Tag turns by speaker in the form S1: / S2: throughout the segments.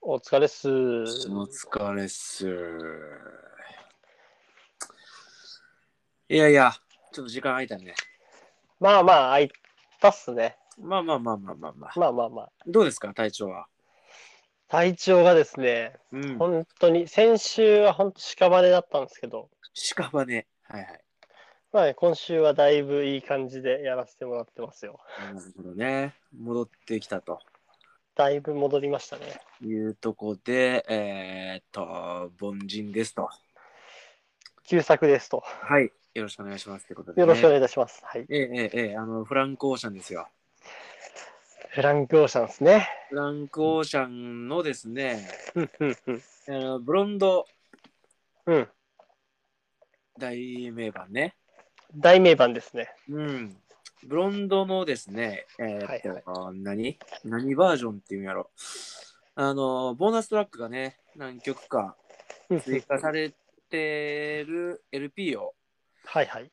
S1: お疲れっす。
S2: お疲れっす。いやいや、ちょっと時間空いたね。
S1: まあまあ、あいたっすね。
S2: まあまあまあまあまあまあ。
S1: まあまあまあ。
S2: どうですか、体調は。
S1: 体調がですね、
S2: うん。
S1: 本当に、先週は本当屍だったんですけど、
S2: 屍ね。はいはい。
S1: まあね、今週はだいぶいい感じでやらせてもらってますよ。
S2: なるほどね。戻ってきたと
S1: だいぶ戻りましたね。
S2: いうとこで、えー、っと、凡人ですと。
S1: 旧作ですと。
S2: はい。よろしくお願いしますってことで、
S1: よ
S2: ね。
S1: ろしくお
S2: い
S1: 願いいたします。はい。
S2: ええええええあの、フランク・オーシャンですよ。
S1: フランクオーシャンですね。
S2: フランク・オーシャンのですね、
S1: うんうんうん。
S2: あのブロンド
S1: うん。
S2: 大名盤ね。
S1: 大名盤ですね。
S2: うん。ブロンドのですね、えーっと
S1: はい
S2: あー何何バージョンっていうんやろ。あの、ボーナストラックがね、何曲か
S1: うんう
S2: 追
S1: ん
S2: 加されてる LP を
S1: はいはい。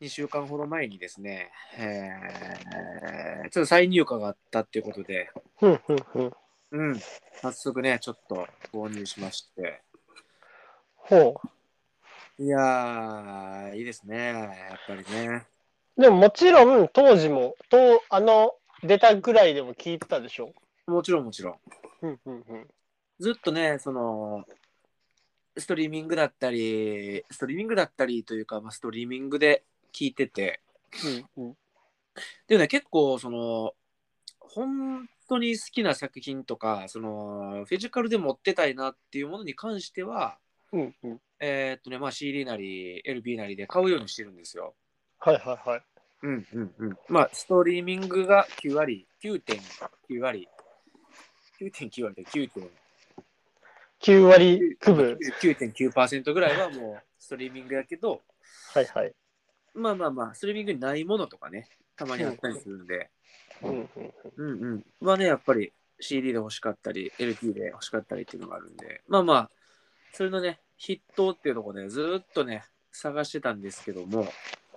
S2: 2週間ほど前にですね、えーちょっと再入荷があったっていうことで、
S1: うんうんうん。
S2: うん、早速ね、ちょっと購入しまして。
S1: ほ
S2: いやー、いいですね、やっぱりね。
S1: う。でももちろん、当時も、とあの、出たぐらいでも聞いてたでしょ。
S2: もちろんもちろん。
S1: うんうんうん。
S2: ずっとね、その、ストリーミングだったり、ストリーミングだったりというか、まあ、ストリーミングで聞いてて、
S1: うんうん。
S2: でもね、結構、その、本当に好きな作品とか、その、フィジカルで持ってたいなっていうものに関しては、
S1: うんうん。
S2: えーっとね、まあ CD なり、LB なりで買うようにしてるんですよ。
S1: はいはいはい。
S2: うんうんうん。まあ、ストリーミングが9割、9.9割、9.9割で9.9
S1: 9割区分。
S2: 9.9%ぐらいはもうストリーミングやけど、
S1: はいはい。
S2: まあまあまあ、ストリーミングにないものとかね、たまにあったりするんで、
S1: うんうん、
S2: うんうん。まあね、やっぱり CD で欲しかったり、LP で欲しかったりっていうのがあるんで、まあまあ、それのね、筆頭っていうところでずーっとね、探してたんですけども、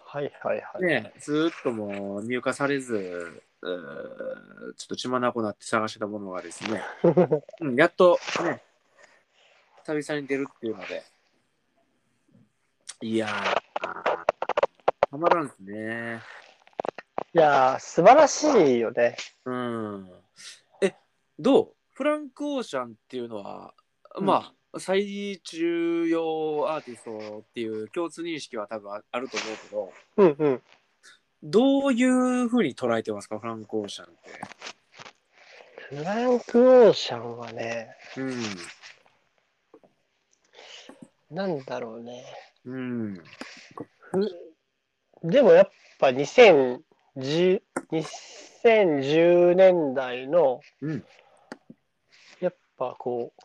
S1: はいはいはい。
S2: ね、ずーっともう入荷されず、うーちょっと血まなこなって探してたものがですね、うん、やっとね、久々に出るっていうので、いやー、たまらんですね。
S1: いやー、素晴らしいよね。
S2: うん。え、どうフランク・オーシャンっていうのは、
S1: うん
S2: まあ、最重要アーティストっていう共通認識は多分ああると思うけど、
S1: うんうん。
S2: どういうふうに捉えてますか、フランク・オーシャンって。
S1: フランク・オーシャンはね、
S2: うん。
S1: なんだろうね。
S2: うん。
S1: でもやっぱ2010、2010年代の、
S2: うん
S1: やっぱこう、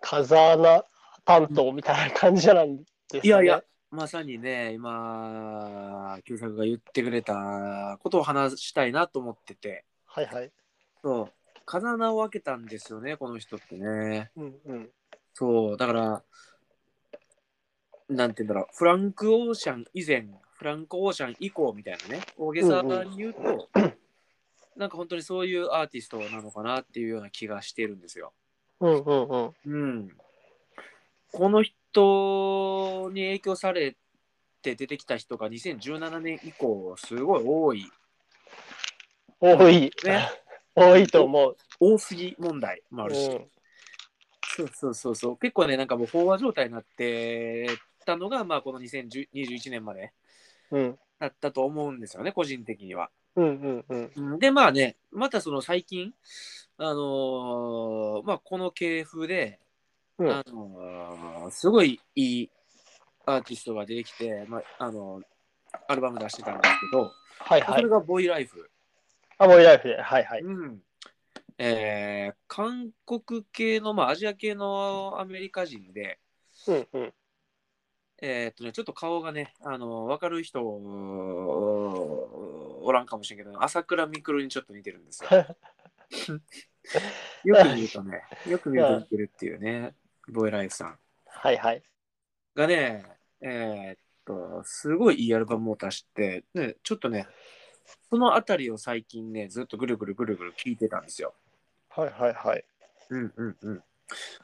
S1: 風穴担当みたいな感じなんですね。
S2: いやいや。、まさにね、今、久作が言ってくれたことを話したいなと思ってて、
S1: はいはい。
S2: そう、風穴を開けたんですよね、この人ってね。
S1: うんうん。
S2: そう、だから、なんて言うんだろう、フランク・オーシャン以前、フランク・オーシャン以降みたいなね、大げさに言うと、なんか本当にそういうアーティストなのかなっていうような気がしてるんですよ。
S1: うんうんうん。
S2: うん、この人に影響されて出てきた人が2017年以降すごい多い
S1: 多い。
S2: ね
S1: 多いと思う。
S2: 多すぎ問題もあるし、
S1: うん
S2: そうそうそうそう結構ねなんかもう飽和状態になってたのがまあこの2021年まで
S1: うん
S2: だったと思うんですよね個人的には。
S1: うんうんうん。
S2: うんでまあねまたその最近あのーまあこの系風で
S1: うん
S2: あのーすごいいいアーティストが出てきて、まああのアルバム出してたんですけど、
S1: はいは
S2: そ
S1: い
S2: れ。が「ボーイライフ
S1: あ、もういライフで。はいはい」。
S2: うんえー韓国系の、まあ、アジア系のアメリカ人で、
S1: うんうん。
S2: えーっとね、ちょっと顔がね、あの分かる人おおらんかもしれんけど朝倉未来にちょっと似てるんですよ。よく見るとね、よく見ると似てるっていうね、ボーイライフさん。
S1: はいはい。
S2: がね、えーっと、すごいいいアルバムを出して、ね、ちょっとね、そのあたりを最近ね、ずっとぐるぐるぐるぐる聞いてたんですよ。
S1: はいはいはい。
S2: うんうんうん。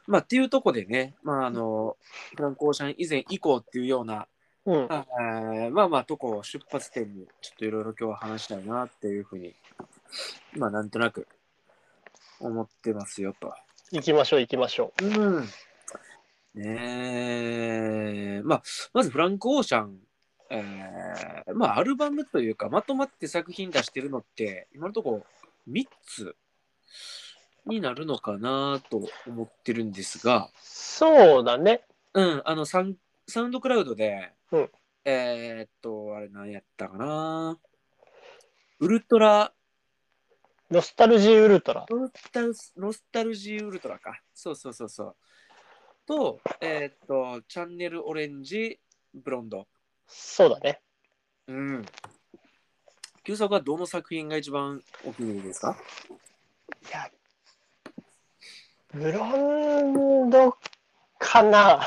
S2: まあ、っていうとこでね、まあ、あの、フランコーシャン以前以降っていうような、
S1: うん。
S2: あーまあまあ、とこを出発点に、ちょっといろいろ今日は話したいなっていうふうに、まあ、なんとなく思ってますよと。
S1: 行きましょう、行きましょ
S2: うん。ねえ、まあ、まずフランク・オーシャン、えーまあ、アルバムというか、まとまって作品出してるのって、今のところ3つになるのかなと思ってるんですが、
S1: う。そうだね。
S2: うん、あのサン、サウンドクラウドで、
S1: うん
S2: えーっと、あれ何やったかな、ウルトラ、
S1: ノスタルジーウルトラ。
S2: ノスタルノスタルジーウルトラか。そうそうそうそう。と、えーっと、チャンネルオレンジ、ブロンド。
S1: そうだね。
S2: うん。旧作はどの作品が一番お気に入りですか
S1: いや、ブロンドかな。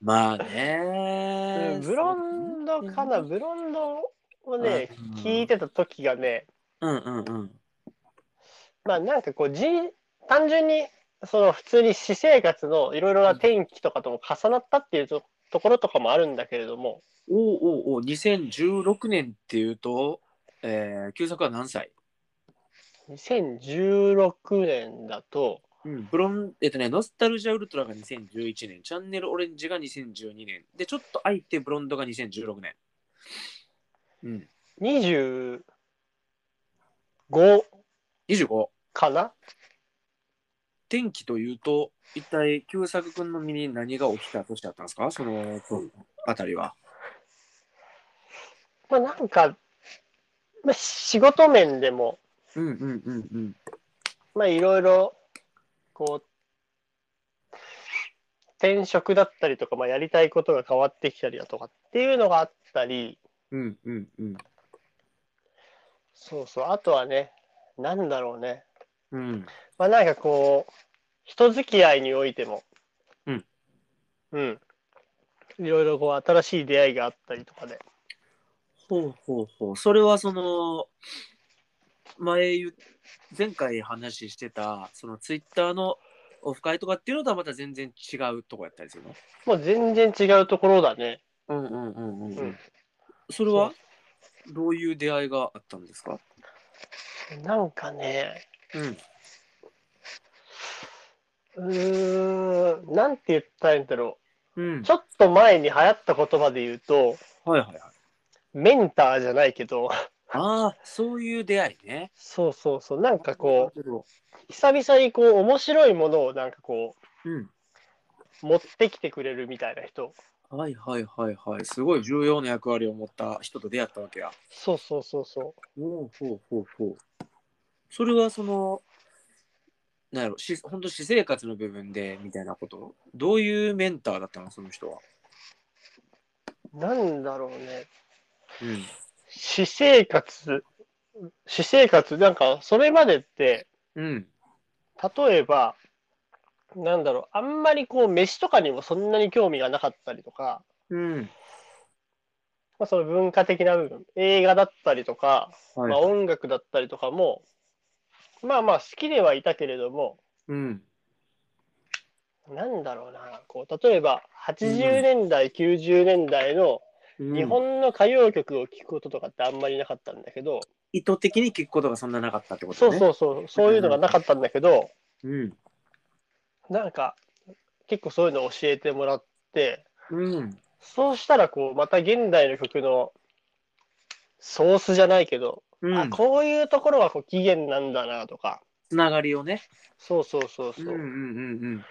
S2: まあ
S1: う
S2: ね
S1: ん。ブロンドかな。ブロンドをね、
S2: うん
S1: 聞いてた時がね、
S2: うんうんうん。
S1: まあなんかこう人単純にその普通に私生活のいろいろな天気とかとも重なったっていうとところとかもあるんだけれども
S2: おうおうおう、2016年っていうと、えー、旧作は何歳
S1: 2016年だと
S2: うん、ブロン、えっとね、ノスタルジアウルトラが2011年、チャンネルオレンジが2012年、で、ちょっと空いてブロンドが2016年。うん、
S1: 25
S2: 25。
S1: かな
S2: 天気というと、一体、旧作君の身に何が起きた年だったんですかそのあたりは。
S1: まあなんか、まあ、仕事面でも
S2: うんうんうんうん。
S1: まあいろいろこう転職だったりとか、まあ、やりたいことが変わってきたりだとかっていうのがあったり、
S2: うんうんうん。
S1: そうそう、あとはね、なんだろうね。
S2: うん。
S1: まあなんかこう、人付き合いにおいても、
S2: うん。
S1: うん。いろいろこう、新しい出会いがあったりとかで。
S2: ほうほうほう。それはその、前言う、前回話してた、そのツイッターのオフ会とかっていうのとはまた全然違うとこやったりするの
S1: もう全然違うところだね。
S2: うんうんうんうんう
S1: うんん。
S2: それはどういう出会いがあったんですか
S1: なんかね、
S2: うん。
S1: うーん、なんて言ったらいいんだろ
S2: うん
S1: う。ち。ょっと前に流行った言葉で言うと、
S2: はいはいはい。
S1: メンターじゃないけど、
S2: ああ、そういう出会いね。
S1: そうそうそう、なんかこ
S2: う。
S1: う、久々にこう、面白いものをなんかこ
S2: うん。
S1: う、持ってきてくれるみたいな人。
S2: はいはいはいはい。すごい重要な役割を持った人と出会ったわけや。
S1: そうそうそうそう。
S2: おうほうほうほう。それはその、なんやろ、し本当私生活の部分でみたいなことどういうメンターだったのその人は。
S1: なんだろうね。
S2: うん。
S1: 私生活、私生活、なんか、それまでって、
S2: うん。
S1: 例えば、なんだろう、あんまりこう、飯とかにもそんなに興味がなかったりとか、
S2: うん。
S1: まあ、その文化的な部分、映画だったりとか、
S2: はい。
S1: まあ、音楽だったりとかも、まあまあ、好きではいたけれども、
S2: うん。
S1: なんだろうな、こう、例えば、80年代、90年代の日本の歌謡曲を聴くこととかってあんまりなかったんだけど、
S2: 意図的に聞くことがそんななかったってこと
S1: そう
S2: ね。
S1: そうそう、そういうのがなかったんだけど、
S2: う。うん。
S1: なんか結構そういうのを教えてもらって
S2: うん。
S1: そうしたらこうまた現代の曲のソースじゃないけど、
S2: うん
S1: あこういうところはこう起源なんだなとか
S2: つながりをね。
S1: そうそうそうそう、っ
S2: ん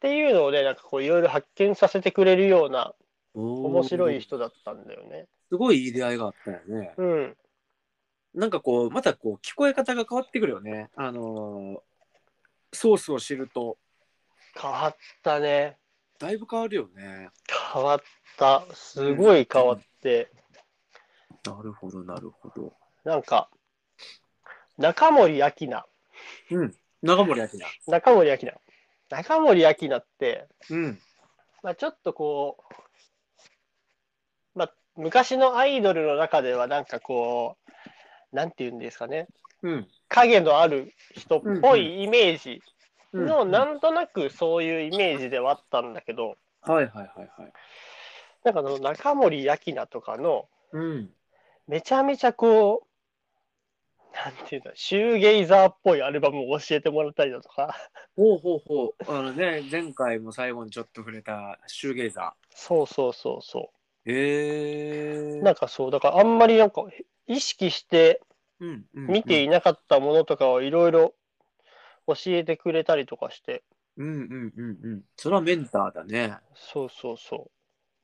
S1: ていうのをねなんかこういろいろ発見させてくれるような
S2: うん。面
S1: 面白い。人だったんだよね。
S2: すごいいい出会いがあったよね。
S1: うん、
S2: なんかこう、またこう、聞こえ方が変わってくるよね。あのーソースを知ると、
S1: 変わったね
S2: だいぶ変わるよね。
S1: 変わったすごい変わって、
S2: なるほど、なるほど。
S1: なんか中森明菜
S2: うん。長森明。
S1: 中森明菜中森明菜って
S2: うん。
S1: まあ、ちょっとこう、まあ、昔のアイドルの中ではなんかこうなんて言うんですかね
S2: うん。
S1: 影のある人っぽいイメージ
S2: うん
S1: の、なんとなくそういうイメージではあったんだけど、
S2: はいはいはいはい。
S1: なんかあの中森明菜とかの、
S2: うん。
S1: めちゃめちゃこう、なんていうんだ、シューゲイザーっぽいアルバムを教えてもらったりだとか、
S2: ほうほうほう。あのね、前回も最後にちょっと触れたシューゲイザ
S1: そうそうそうそ
S2: ー。へえ
S1: う。なんかそう、だからあんまりなんか意識して
S2: うんうん
S1: 見ていなかったものとかをいろいろ教えてくれたりとかして、
S2: うんうんうんうん。それはメンターだね。
S1: そうそうそ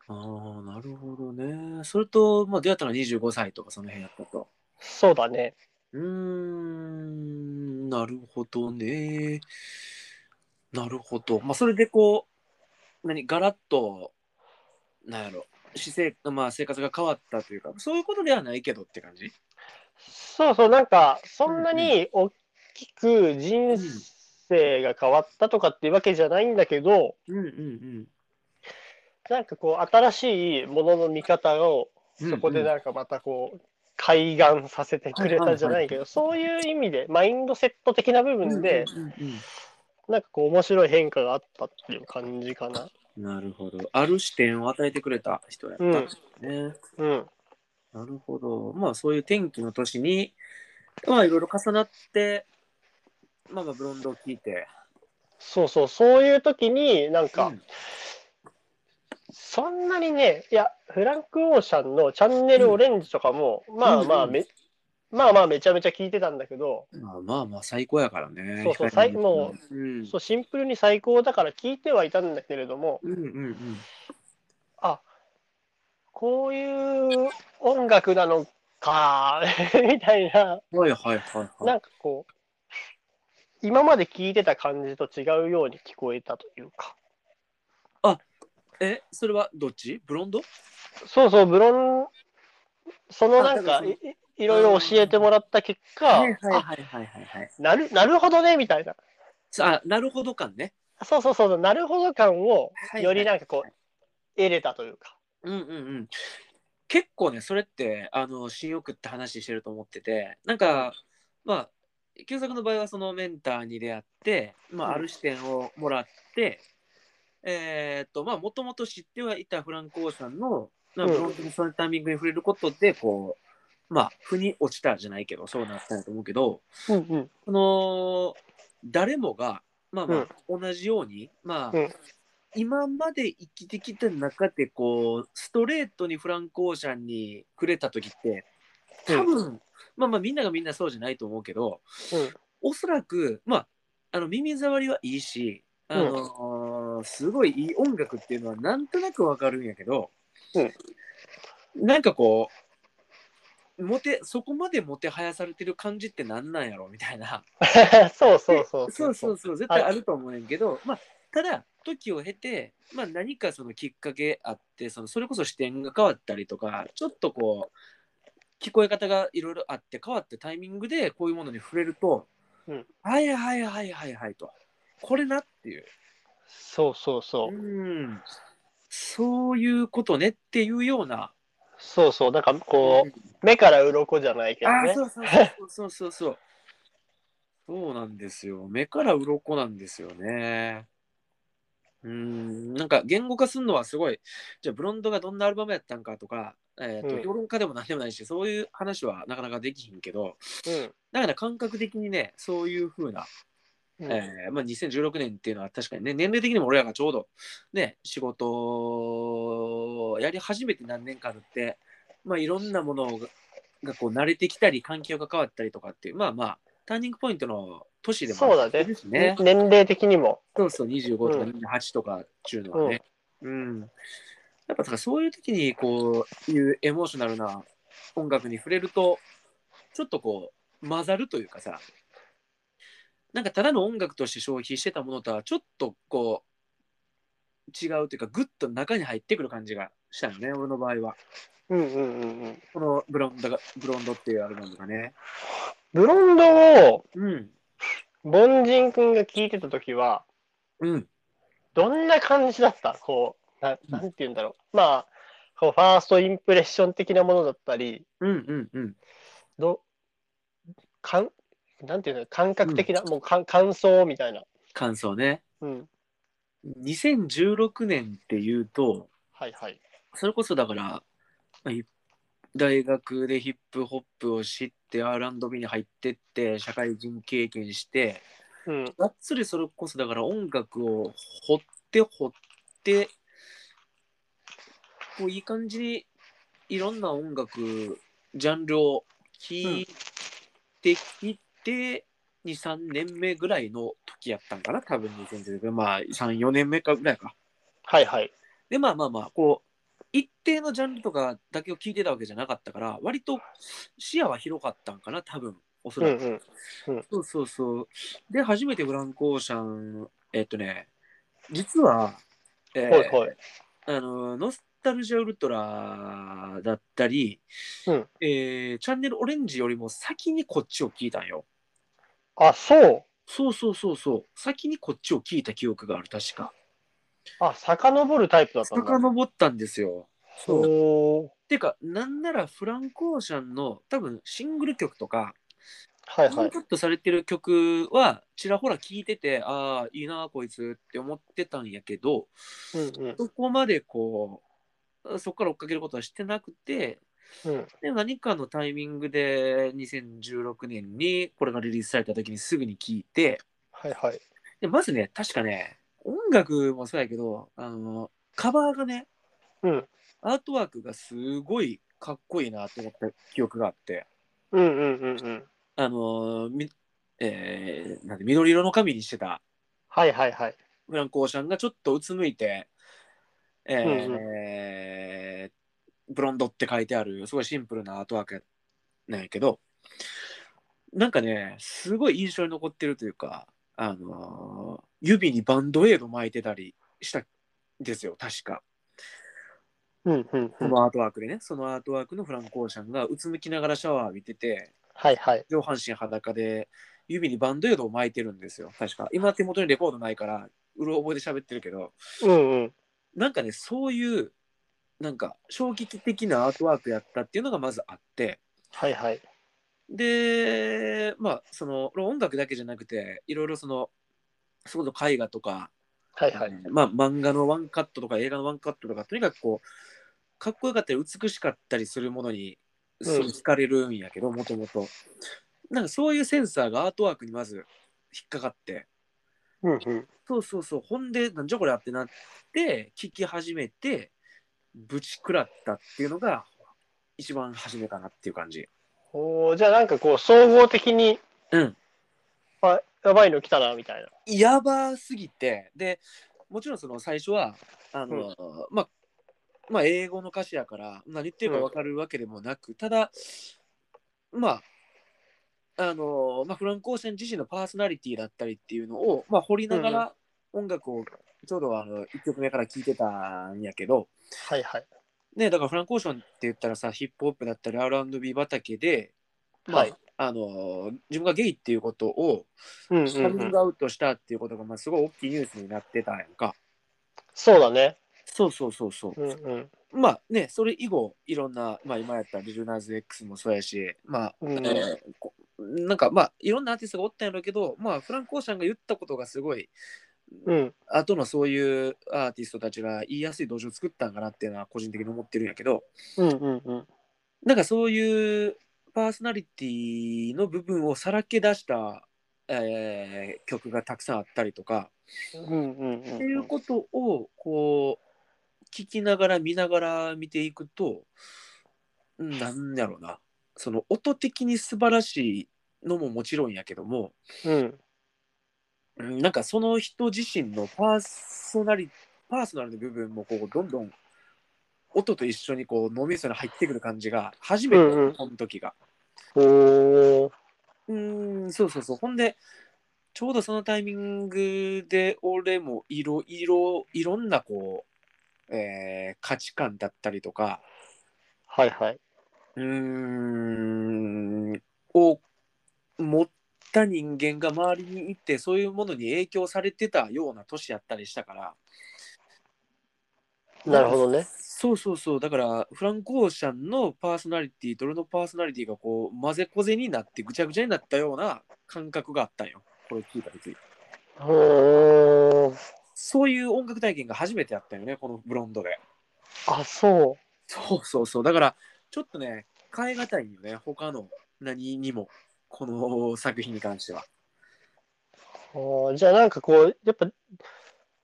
S2: ああ、なるほどね。それと、まあ、出会ったのは25歳とかその辺やったと。
S1: う、そうだね。
S2: うーん、なるほどね。なるほど。まあ、それでこう、何、ガラッと、なんやろ、私生,、まあ、生活が変わったというか、そういうことではないけどって感じ
S1: そうそう、なんかそんなに大きく人生が変わったとかっていうわけじゃないんだけど、
S2: うんうん
S1: なんかこう新しいものの見方を
S2: うん。
S1: そこでなんかまたこう開眼させてくれたじゃないけど、そういう意味でマインドセット的な部分で、
S2: うんうんうん
S1: なんかこう面白い変化があったっていう感じかな。
S2: うんなるほど。ある視点を与えてくれた人やったんですね。
S1: うん、
S2: なるほど。まあそういう天気の年に、まあいろいろ重なって、まあまあブロンドを聞いて。
S1: そうそうそういう時になん
S2: う
S1: か
S2: ん
S1: そんなにねいやフランク・オーシャンの「チャンネルオレンジ」とかも、まあまあめ、まあまあめちゃめちゃ聞いてたんだけど、
S2: まあまあまあ最高やからね。
S1: そうそう最
S2: 光
S1: も
S2: う、うん、
S1: そうシンプルに最高だから聞いてはいたんだけれども
S2: うんうんうん。
S1: あこういう音楽なのか みたいな
S2: はいはいはいは。
S1: ないんかこう今まで聞いてた感じと違うように聞こえたというか
S2: え、それはどっちブロンド
S1: そうそうブロンそのなん
S2: あだか
S1: からいいいろいろ教えてもらった結果、あ
S2: はいはいはい。
S1: なるなるほどねみたいな
S2: さあ、なるほど感ね。
S1: そうそうそうなるほど感を
S2: はいはい
S1: よりなんかこう得れたというか、
S2: うんうんうん。結構ね、それって、あの、新欲って話してると思ってて、なんか、まあ、旧作の場合はそのメンターに出会って、ま
S1: う
S2: あ、
S1: ん
S2: ある視点をもらって、えーっと、まあ、もともと知ってはいたフランコーさんの、まあ、
S1: うん
S2: 本当にそのタイミングに触れることで、こう、まあ、腑に落ちたじゃないけど、そうなったんやと思うけど、
S1: うんうん、
S2: その、誰もが、まあまあ、同じように、まあ、
S1: うん
S2: 今まで生きてきた中でこうストレートにフランク・オーシャンにくれた時って多分、まあまあみんながみんなそうじゃないと思うけど、
S1: うん
S2: おそらくまああの耳障りはいいしあのーすごいいい音楽っていうのはなんとなくわかるんやけど、
S1: うん
S2: なんかこうモテそこまでもてはやされてる感じってなんなんやろみたいな。
S1: そうそうそう
S2: そうそうそう絶対あると思うねんけど、まあ、ただ時を経て、まあ、何かそのきっかけあってそのそれこそ視点が変わったりとかちょっとこう聞こえ方がいろいろあって変わったタイミングでこういうものに触れると、
S1: うん
S2: はいはいはいはいはいとこれなっていう
S1: そうそうそううん
S2: そういうことねっていうような。
S1: そうそうだからこう、目から鱗じゃないけど
S2: あ
S1: ね
S2: ーそうそうそうそうそうそうそう。そうなんですよ。目から鱗なんですよね。うーん、なんか言語化するのはすごい、じゃあブロンドがどんなアルバムやったんかとか、えーと
S1: うん
S2: 評論家でも何でもないし、そういう話はなかなかできひんけど、
S1: うん
S2: だから感覚的にね、そういう風な、
S1: うん
S2: えーまあ、2016年っていうのは確かにね、年齢的にも俺らがちょうど、ね、仕事をやり始めて何年かだって、まあ、いろんなものががこう慣れてきたり、環境が変わったりとかっていう、まあまあ、ターニングポイントの年でも
S1: そうだ
S2: あ
S1: ね
S2: るしね。
S1: 年齢的にも
S2: そうそう、25とか
S1: うん
S2: 28とかっていうのはね。うん。やっぱだからそういう時に、こう、いうエモーショナルな音楽に触れると、ちょっとこう、混ざるというかさ、なんかただの音楽として消費してたものとは、ちょっとこう、違うというか、ぐっと中に入ってくる感じがしたよね、俺の場合は。
S1: うんうんうんうん
S2: このブロンドが、ブロンドっていうアルバムがね。
S1: ブロンドを
S2: うん。
S1: 凡人くんが聞いてた時は
S2: うん。
S1: どんな感じだったこうななんて言うんだろうまあこうファーストインプレッション的なものだったり
S2: うんうんうん。
S1: どかんなんていうの感覚的な、もうかん感想みたいな
S2: 感想ね。
S1: うん。
S2: 2016年っていうと、
S1: はいはい。
S2: それこそだから、まあい大学でヒップホップを知って、R&B に入ってって、社会人経験して、
S1: うん。
S2: がっつりそれこそだから音楽を掘って掘って、こういい感じにいろんな音楽、ジャンルを聞いてきて、2、3年目ぐらいの時やったんかな、多分2016まあ3、4年目かぐらいか。
S1: はいはい。
S2: でまあまあまあこう一定のジャンルとかだけを聞いてたわけじゃなかったから割と視野は広かったんかな多分おそうら
S1: ん
S2: く、
S1: うん。
S2: そうそうそうで初めてブランコーシャンえっとね実は、えー
S1: はいはい。
S2: あのノスタルジアウルトラだったり、
S1: うん
S2: えーチャンネルオレンジよりも先にこっちを聞いたんよ
S1: あ、そう。
S2: そうそうそうそう先にこっちを聞いた記憶がある確か
S1: あ、遡るタイプだったんだ。
S2: 遡ったんですよそう
S1: おー
S2: てか、なんならフランコーシャンの多分シングル曲とか、
S1: はい
S2: ノ
S1: は
S2: ン
S1: い。
S2: カットされてる曲はちらほら聴いてて、ああ、いいな、こいつって思ってたんやけど、
S1: うんうん。
S2: そこまでこう、そこから追っかけることはしてなくて、
S1: うん
S2: で何かのタイミングで2016年にこれがリリースされた時にすぐに聴いて、
S1: はいはい。
S2: でまずね、確かね、音楽もそうやけど、あの、カバーがね、
S1: うん
S2: アートワークがすごいかっこいいなと思った記憶があって、
S1: うんうんうんうん。
S2: あのーみえーなんで緑色の髪にしてた
S1: はいはいはい。
S2: フランコーシャンがちょっとうつむいて、えー
S1: うん
S2: ブロンドって書いてあるすごいシンプルなアートワークなんやけどなんかねすごい印象に残ってるというか、あのー指にバンドエイド巻いてたりしたんですよ確か
S1: うんうんう
S2: こ
S1: ん。
S2: のアートワークでね、そのアートワークのフランコーシャンがうつむきながらシャワー浴びてて
S1: はいはい。
S2: 上半身裸で指にバンドエイドを巻いてるんですよ確か今手元にレコードないからうろ覚えで喋ってるけど
S1: うんうん。
S2: なんかねそういうなんか衝撃的なアートワークやったっていうのがまずあって
S1: はいはい。
S2: でまあその音楽だけじゃなくていろいろそのそれこそ絵画とか、
S1: はいはい。
S2: まあ漫画のワンカットとか映画のワンカットとかとにかくこうかっこよかったり美しかったりするものにすごい惹かれるんやけどもともとなんかそういうセンサーがアートワークにまず引っかかって
S1: うんうん。
S2: そうそうそうほんでなんじゃこれってなって聞き始めてぶち食らったっていうのが一番初めかなっていう感じ
S1: おーじゃあなんかこう、総合的に、
S2: うん
S1: あ、やばいの来たな、みたいな。
S2: やばすぎてでもちろんその最初はあの、
S1: うん
S2: まあまあ英語の歌詞やから何言ってるか分かるわけでもなく、ただまああのまあ、フランコーシャン自身のパーソナリティだったりっていうのを、まあ、掘りながら音楽をちょうどあの1曲目から聴いてたんやけど、
S1: はいはい。
S2: ね、だからフランコーションって言ったらさヒップホップだったり R&B 畑で、まあ
S1: はい
S2: あの自分がゲイっていうことを
S1: うん
S2: カミ
S1: うんう
S2: ン
S1: ん
S2: グ。アウトしたっていうことが、まあ、すごい大きいニュースになってたやんか
S1: そうだね。
S2: そうそうそうそう
S1: うんうん。
S2: まあねそれ以後いろんな、まあ、今やったらリジュナーズ X もそうやしまあ、
S1: うん
S2: えーこなんかまあいろんなアーティストがおったんやろうけど、まあ、フランコーションが言ったことがすごい
S1: うん。
S2: 後のそういうアーティストたちが言いやすい土壌を作ったんかなっていうのは個人的に思ってるんやけど、
S1: うんうんうん。
S2: なんかそういうパーソナリティの部分をさらけ出した、えー曲がたくさんあったりとか、
S1: うんうんうん。
S2: っていうことをこう聞きながら見ながら見ていくとうんなんやろうなその音的に素晴らしいのももちろんやけども
S1: うん。
S2: うんなんかその人自身のパーソナリパーソナルの部分もこうどんどん音と一緒にこう脳みそに入ってくる感じが初めて
S1: うんうん
S2: この時が。
S1: おー。
S2: うーん、そうそうそう。ほんで、ちょうどそのタイミングで、俺もいろいろ、いろんなこう、えー価値観だったりとか、
S1: はいはい。
S2: うーん、を持った人間が周りにいて、そういうものに影響されてたような年やったりしたから、
S1: なるほどね。
S2: そうそうそう、だから、フランコーシャンのパーソナリティと俺のパーソナリティがこう、混ぜこぜになって、ぐちゃぐちゃになったような感覚があったんよ。これ聞いた時。
S1: ほー
S2: そういう音楽体験が初めてあったよね、このブロンドで。
S1: あ、そ
S2: そうそうそう。だから、ちょっとね、変え難いよね、他の何にも、この作品に関しては。
S1: うほー。じゃあなんかこう、やっぱ、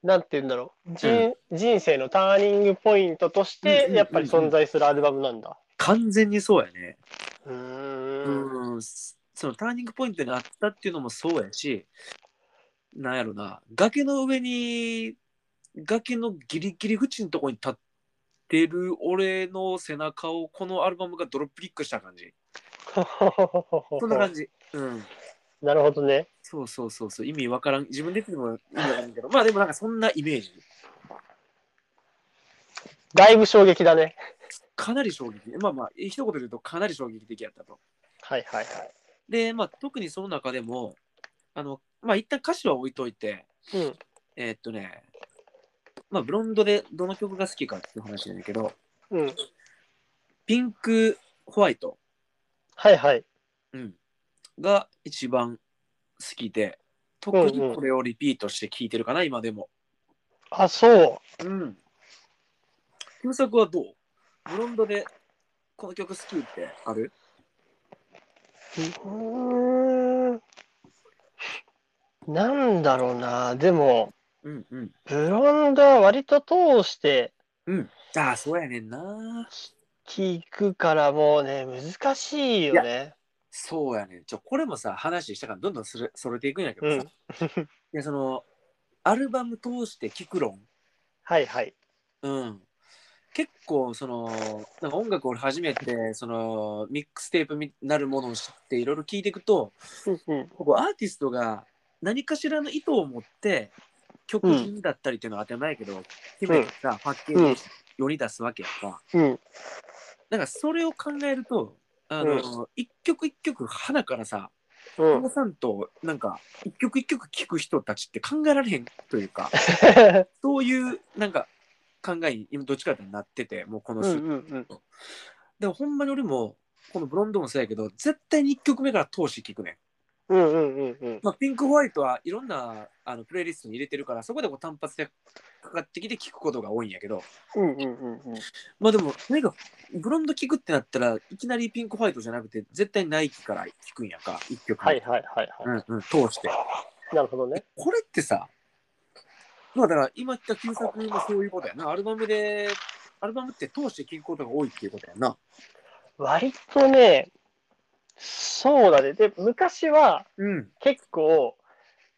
S1: なんて言うんだろう。じん人生のターニングポイントとし
S2: うんうんうん
S1: て、
S2: うん
S1: やっぱり存在するアルバムなんだ。
S2: 完全にそうやね。
S1: うーん。
S2: うん、そのターニングポイントにあったっていうのもそうやし、なんやろな、崖の上に、崖のギリギリ口のとこに立ってる俺の背中をこのアルバムがドロップキックした感じ。そんな感じ。うん。
S1: なるほどね。
S2: そうそうそうそう、意味わからん。自分で言ってても意味わからんけど、まあでもなんかそんなイメージ。
S1: だいぶ衝撃だね。
S2: かなり衝撃。まあまあ、一言で言うとかなり衝撃的やったと。
S1: はいはいはい。
S2: で、まあ特にその中でも、あの、まあ一旦歌詞は置いといて、
S1: うん。
S2: えーっとね、まあ、ブロンドでどの曲が好きかっていう話なんだけど、
S1: うん。
S2: ピンク、ホワイト、
S1: はいはい。
S2: うん、が一番好きで、特
S1: うんう
S2: に
S1: ん
S2: これをリピートして聴いてるかな、今でも。
S1: あ、そう。
S2: うん。優作はどうブロンドでこの曲好きってある
S1: うーんなんだろうな、でも、
S2: うんうん。
S1: ブロンドは割と通して
S2: うん。ああ、そうやねんな。
S1: 聞くからもうね、難しいよね。
S2: そうやねん。ちょ、これもさ、話したからどんどんするそれていくんやけど
S1: う
S2: さ、
S1: ん
S2: い。や、その、アルバム通して聴く論
S1: はいはい。
S2: うん、結構そのなんか音楽を俺初めてそのミックステープになるものを知っていろいろ聞いていくと
S1: うんうん
S2: ここアーティストが何かしらの意図を持って曲品だったりっていうのは当たり前やけど、決めてさパッケージを世に出すわけやんか、
S1: うん。
S2: なんかそれを考えるとあの、一曲一曲花からさ
S1: う
S2: お
S1: ん。
S2: 子さんとなんか一曲一曲聴く人たちって考えられへんというかそういうなんか考えに今どっちかってなっててもうこの
S1: う
S2: 数
S1: んうんうん。
S2: でもほんまに俺もこのブロンドもそうやけど絶対に1曲目から通して聞くねん、
S1: うんうんうんうん。
S2: まあ、ピンクホワイトはいろんなあのプレイリストに入れてるからそこでこう単発でかかってきて聞くことが多いんやけど
S1: うんうんうんうん。
S2: まあでもとにかくブロンド聞くってなったらいきなりピンクホワイトじゃなくて絶対ナイキから聞くんやんか1曲目
S1: はいはいはいは
S2: うんうん、通して
S1: い。なるほどね。
S2: これってさまあだから今言った旧作もそういうことやなアルバムでアルバムって通して聞くことが多いっていうことやな
S1: 割とね、そうだね。で、昔は
S2: うん
S1: 結構、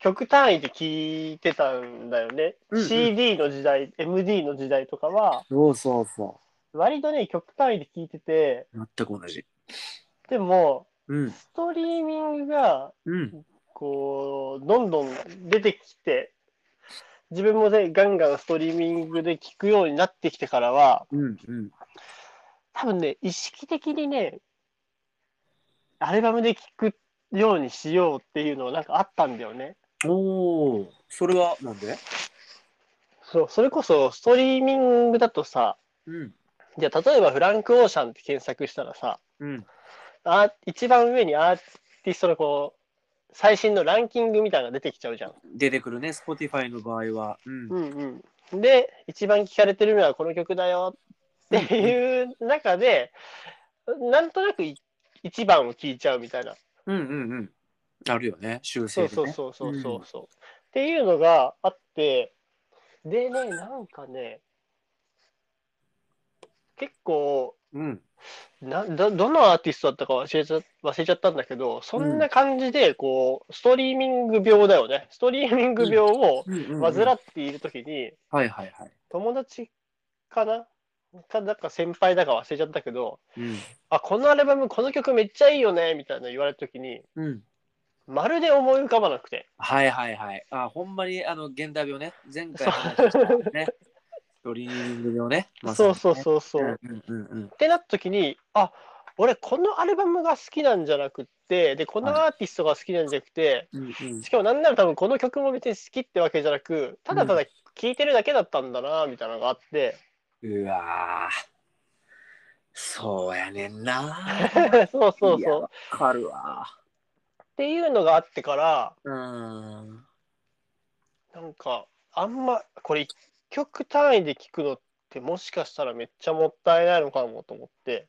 S1: 曲単位で聞いてたんだよね。
S2: うんうん
S1: CD の時代、MD の時代とかは、
S2: そうそうそ
S1: 割とね、曲単位で聴いてて、
S2: う全く同じ
S1: でも、
S2: うん
S1: ストリーミングが、
S2: うん
S1: こう、どんどん出てきて、自分もね、ガンガンストリーミングで聴くようになってきてからは、
S2: うんうん
S1: 多分ね、意識的にね、アルバムで聴くようにしようっていうのなんかあったんだよね。
S2: おお、それはなんで
S1: そう、それこそ、ストリーミングだとさ、
S2: うん。
S1: じゃあ例えばフランク・オーシャンって検索したらさ、
S2: うん。
S1: あ一番上にアーティストのこう最新のランキングみたいなのが出てきちゃうじゃん。
S2: 出てくるね、Spotify の場合は。うん。
S1: んうん、で一番聴かれてるのはこの曲だよっていう中でなんとなくい一番を聴いちゃうみたいな、
S2: うんうんうん。あるよね、修正
S1: そう
S2: で、ね。
S1: そうそうそうそうそう、っていうのがあってでねなんかね結構
S2: うん。
S1: などどのアーティストだったか忘れちゃ忘れちゃったんだけどそんな感じでこう、ストリーミング病だよねストリーミング病を
S2: うんうんうん
S1: 患っている時に、
S2: はいはいはい。
S1: 友達かなかなんか先輩だか忘れちゃったけど
S2: うん。
S1: あこのアルバムこの曲めっちゃいいよねみたいなの言われた時に
S2: うん。
S1: まるで思い浮かばなくて
S2: はいはいはい。あ、ほんまに、あの、現代病ね。前回話し たね。ドリーミング病ね。まさ
S1: そ
S2: に
S1: う
S2: ね
S1: そうそうそう、っ
S2: うんうんうん
S1: てなった時にあ俺このアルバムが好きなんじゃなくってでこのアーティストが好きなんじゃなくて、
S2: うん。うんうん
S1: しかもなんなら多分この曲も別に好きってわけじゃなくただただ聴いてるだけだったんだなみたいなのがあって、
S2: うわーそうやねんな。
S1: そう そう
S2: いや
S1: そうっ
S2: わかるわ。
S1: ていうのがあってから
S2: うん。
S1: なんか、あんま、これ、1曲単位で聞くのって、もしかしたらめっちゃもったいないのかもと思って、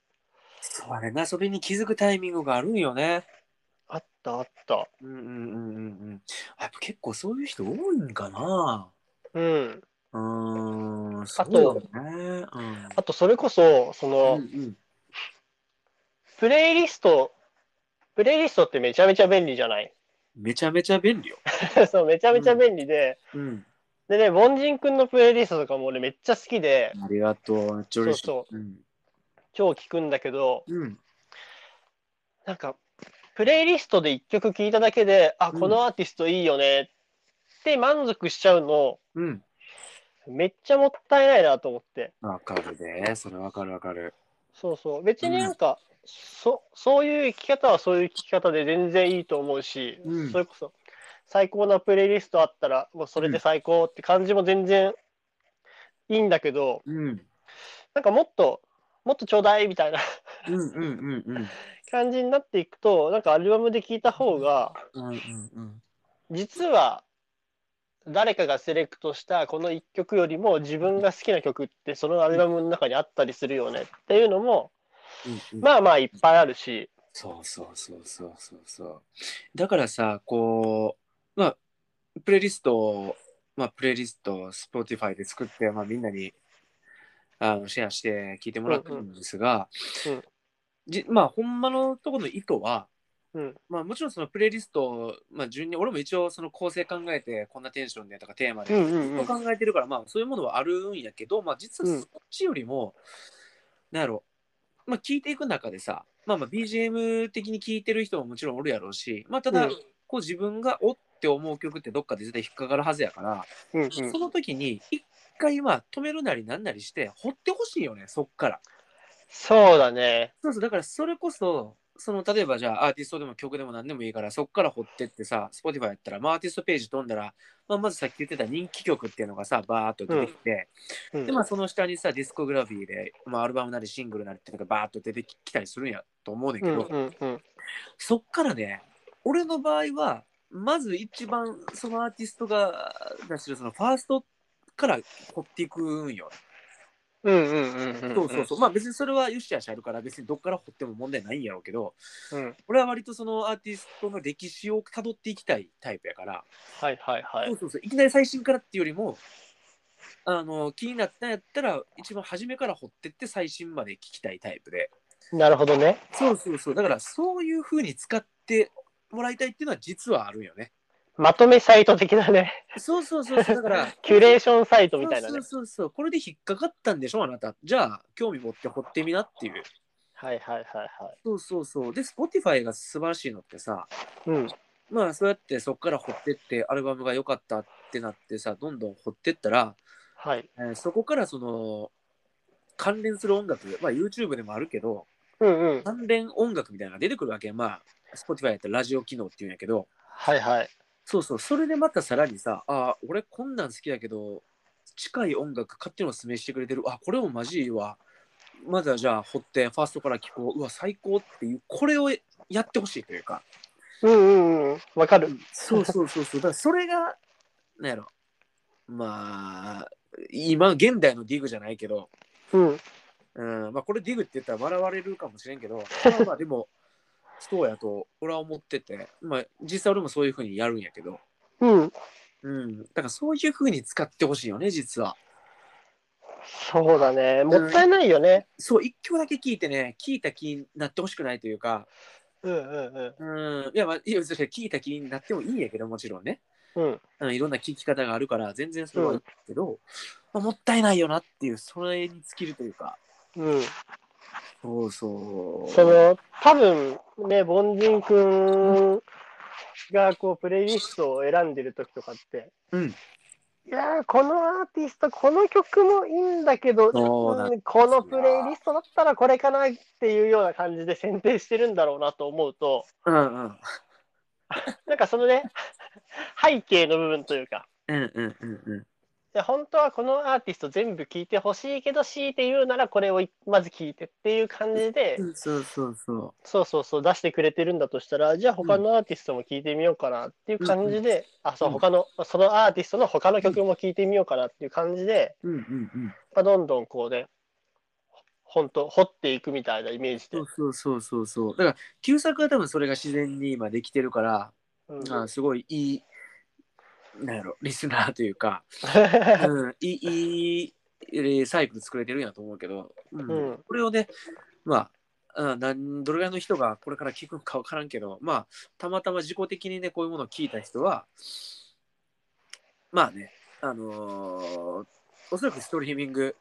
S2: そうやねんな、それに気づくタイミングがあるんよね。
S1: あったあった。
S2: うんうんうんうんうん。やっぱ結構そういう人多いんかな。
S1: うん。
S2: うーん、そうだよね。うん
S1: あと、それこそ、その、
S2: うんうん
S1: プレイリスト、プレイリストってめちゃめちゃ便利じゃない
S2: めちゃめちゃ便利よ。
S1: そう、めちゃめちゃ便利で、
S2: うん。
S1: でね、凡人くんのプレイリストとかも俺めっちゃ好きで、
S2: ありがとう。めっちゃ嬉しい。。
S1: そう
S2: ん。
S1: 今日聞くんだけど、
S2: うん。
S1: なんか、プレイリストで1曲聴いただけで、あ、
S2: うん
S1: このアーティストいいよねって満足しちゃうの、
S2: うん。
S1: めっちゃもったいないなと思って。
S2: わかるで。それわかるわかる。
S1: そうそう。別になんか、そそういう生き方はそういう生き方で全然いいと思うし、
S2: うん
S1: それこそ最高なプレイリストあったらもうそれで最高って感じも全然いいんだけど、
S2: うん。
S1: なんかもっともっとちょうだいみたいな
S2: うんうんうんうん。
S1: 感じになっていくとなんかアルバムで聴いた方が
S2: うんうんうん。
S1: 実は誰かがセレクトしたこの1曲よりも自分が好きな曲ってそのアルバムの中にあったりするよねっていうのも
S2: うんうん
S1: まあまあいっぱいあるし、
S2: そうそうそうそうそうそう。だからさ、こう、まあ、プレイリストを、まあ、プレイリストを Spotify で作って、まあ、みんなにあのシェアして聞いてもらってるんですが、
S1: うんうんうん
S2: じまあ、ほんまのところの意図は、
S1: うん、
S2: まあ、もちろんそのプレイリストを、まあ、順に、俺も一応その構成考えて、こんなテンションでとかテーマで
S1: うんうんうん
S2: 考えてるから、まあ、そういうものはあるんやけど、まあ、実
S1: う
S2: は
S1: ん
S2: そっちよりも、なんやろまあ、聞いていく中でさ、まあ、まあ BGM 的に聞いてる人ももちろんおるやろうし、まあ、ただ、
S1: うん
S2: こう自分がおって思う曲ってどっかで絶対引っかかるはずやから、
S1: うんうん、
S2: その時に一回まあ止めるなりなんなりして掘ってほしいよねそっから。
S1: そうだね
S2: そうそうだからそれこそその例えばじゃあアーティストでも曲でも何でもいいからそっから掘ってってさ Spotify やったら、まあ、アーティストページ飛んだら、まあ、まずさっき言ってた人気曲っていうのがさバーっと出てきて、
S1: うん
S2: でまあその下にさディスコグラフィーで、まあ、アルバムなりシングルなりってのがバーっと出てきたりするんやと思うねんだ
S1: う
S2: け
S1: ん
S2: ど、
S1: うんうん
S2: そっからね俺の場合はまず一番そのアーティストが出してるそのファーストから掘っていくんよ。
S1: うんうんうんうん
S2: そうそうそう。まあ別にそれはよしあしあるから別にどっから掘っても問題ないんやろうけど、
S1: うん
S2: 俺は割とそのアーティストの歴史を辿っていきたいタイプやから、
S1: はいはいは
S2: そう
S1: い
S2: そうそういきなり最新からっていうよりもあの気になったんやったら一番初めから掘ってって最新まで聞きたいタイプで
S1: なるほどね
S2: そうそうそうだからそういう風に使ってもらいたいっていうのは実はあるんよね
S1: まとめサイト的なね
S2: そうそうそうそうだから
S1: キュレーションサイトみたいな
S2: そ
S1: ね
S2: うそうそうこれで引っかかったんでしょあなたじゃあ興味持って掘ってみなっていう
S1: はいはいはいはい
S2: そうそうそうで Spotify が素晴らしいのってさ
S1: うん
S2: まあそうやってそっから掘ってってアルバムが良かったってなってさどんどん掘ってったら、
S1: はい
S2: えーそこからその関連する音楽、まあ、YouTube でもあるけど
S1: うんうん
S2: 関連音楽みたいなのが出てくるわけまあ Spotify やったらラジオ機能っていうんやけど
S1: はいはい
S2: そうそうそれでまたさらにさあー俺こんなん好きやけど近い音楽勝手におすすめしてくれてるあこれもマジいいわまだじゃあ掘ってファーストから聞こううわ最高っていうこれをやってほしいというか
S1: うんうんうんわかる
S2: そうそうそうそう。だからそれが、なんやろ。まあ、今、現代のディグじゃないけど、
S1: うん
S2: うん、まあこれディグって言ったら笑われるかもしれんけど、まあまあでも、 そうやと俺は思ってて、まあ実際俺もそういうふうにやるんやけど、
S1: うん
S2: うん、だからそういうふうに使ってほしいよね、実は。
S1: そうだねもったいないよね
S2: そう、一曲だけ聞いてね、聞いた気になってほしくないというか、
S1: うんうんうん
S2: うん、いや、まあ、いや、それ聞いた気になってもいいんやけど、もちろんね。
S1: うん
S2: うん、いろんな聞き方があるから全然それは
S1: う
S2: い
S1: ん
S2: いけど、まあ、もったいないよなっていうそれに尽きるというか
S1: うん
S2: そうそう
S1: その多分ね凡人くんがこうプレイリストを選んでる時とかって
S2: うん
S1: いやーこのアーティストこの曲もいいんだけど
S2: そうだ
S1: うんこのプレイリストだったらこれかなっていうような感じで選定してるんだろうなと思うと
S2: うんうん
S1: なんかそのね背景の部分というか
S2: うんうんうんうん
S1: で本当はこのアーティスト全部聴いてほしいけど強いて言うならこれをいまず聴いてっていう感じで
S2: そうそうそ
S1: そうそうそう出してくれてるんだとしたらじゃあ他のアーティストも聴いてみようかなっていう感じで、あそう
S2: うん
S1: 他のそのアーティストの他の曲も聴いてみようかなっていう感じで、
S2: う。うんうんうん。
S1: まあ、どんどんこうね本当掘っていくみたいなイメージで
S2: そう、そうそうそうそう。だから旧作は多分それが自然に今できてるから、
S1: うん
S2: あーすごいいい、なんやろ、リスナーというか、うん、いいいいえーサイクル作れてるんやと思うけど、うん
S1: うん
S2: これをね、まあ、あなんどれぐらいの人がこれから聞くか分からんけど、まあ、たまたま自己的にね、こういうものを聞いた人は、まあね、あのーおそらくストリーミング、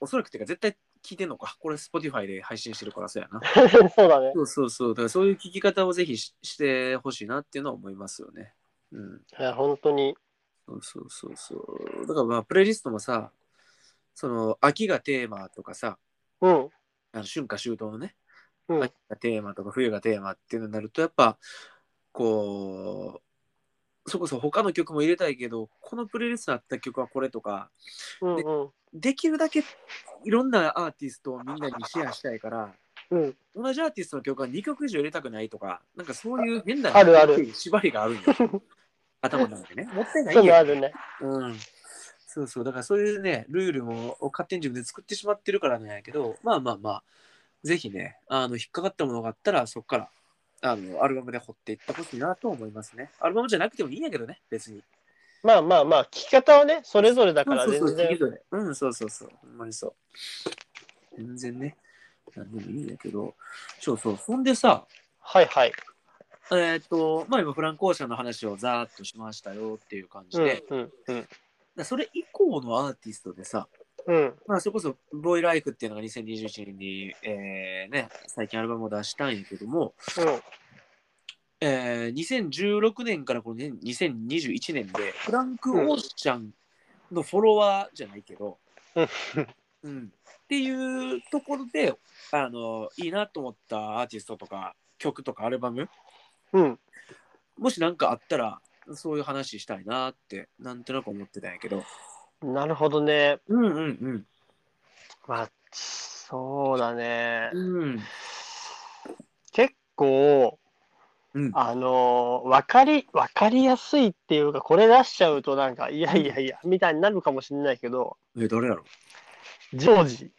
S2: おそらくっていうか絶対聞いてんのか、これ Spotify で配信してるからそうやな。
S1: そうだね
S2: そうそうそう、だからそういう聞き方をぜひししてほしいなっていうのは思いますよね。うん
S1: いや本当に
S2: そうそうそうそう。だからまあ、プレイリストもさ、その、秋がテーマとかさ、
S1: うん
S2: あの春夏秋冬のね、
S1: うん
S2: 秋がテーマとか冬がテーマっていうのになると、やっぱ、こう、それこそ他の曲も入れたいけど、このプレイリストにあった曲はこれとか、
S1: うんうん
S2: できるだけいろんなアーティストをみんなにシェアしたいから、
S1: うん
S2: 同じアーティストの曲は2曲以上入れたくないとか、なんかそういう変な
S1: あるある
S2: 縛りがあるんよ。頭の 中でね。もったいない
S1: そういう
S2: よ
S1: のあるね
S2: うん。そうそう。だからそういうね、ルールもを勝手に自分で作ってしまってるからなんやけど、まあまあまあ、ぜひね、あの、引っかかったものがあったら、そこから、あの、アルバムで掘っていってほしいなと思いますね。アルバムじゃなくてもいいんやけどね、別に。
S1: まあまあまあ聞き方はねそれぞれだから
S2: そ
S1: 全
S2: うそうそう、
S1: 然
S2: それぞれうん、そうそうそう。ほんまにそう。全然ね、なんでもいいんやけど、そうそう。そんでさ、
S1: はいはい
S2: えっ、と、まあ今、フランコーシャの話をざーっとしましたよっていう感じ
S1: う
S2: で、
S1: ん
S2: だか
S1: うんうん
S2: らそれ以降のアーティストでさ、
S1: うん
S2: まあ、それこそ、ボーイライフっていうのが2021年に、えーね、最近アルバムを出したんやけども、えー、2016年からこの年2021年で、フランク・オーシャンのフォロワーじゃないけど、
S1: うん
S2: うんっていうところであの、いいなと思ったアーティストとか、曲とかアルバム、
S1: うんうん
S2: もし何かあったら、そういう話したいなって、なんとなく思ってたんやけど。
S1: なるほどね。
S2: うんうんうん。
S1: まあ、そうだね。
S2: うん。
S1: 結構、
S2: うん
S1: あのー、わかり、わかりやすいっていうか、これ出しちゃうとなんか、いやいやいや、みたいになるかもしれないけど、
S2: え、誰やろ
S1: ジョージ。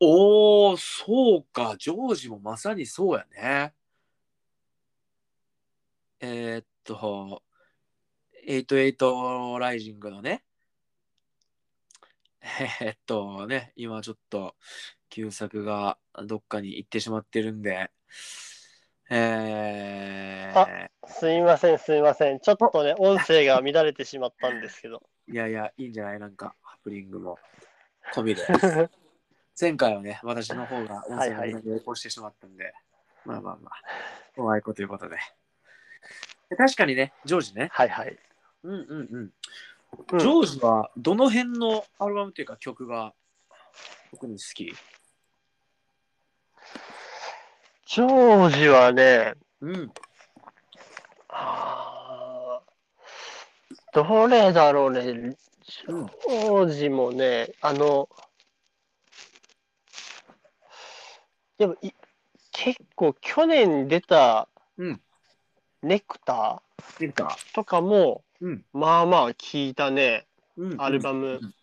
S2: おお、そうか、ジョージもまさにそうやね。えーっと、88ライジングのね、えーっとね、今ちょっと旧作がどっかに行ってしまってるんで、えー、
S1: すいません、すいません。ちょっとね、音声が乱れてしまったんですけど。
S2: いやいや、いいんじゃないなんか、ハプニングも込 みで。前回はね、私の方が音声が流行してしまったんで、まあまあまあ、おあいこということで。で確かにね、ジョージね。
S1: はいはい。
S2: うんうん
S1: う
S2: うんん。ジョージはどの辺のアルバムというか曲が特に好き
S1: ジョージはね、
S2: うん。
S1: あーどれだろうね、ジ
S2: うん
S1: ョージもね、あの、でもい結構去年出た
S2: うん
S1: ネクタ
S2: 見るか。
S1: ーとかも、
S2: うん。
S1: まあまあ聞いたね、
S2: うん。
S1: アルバム
S2: うん。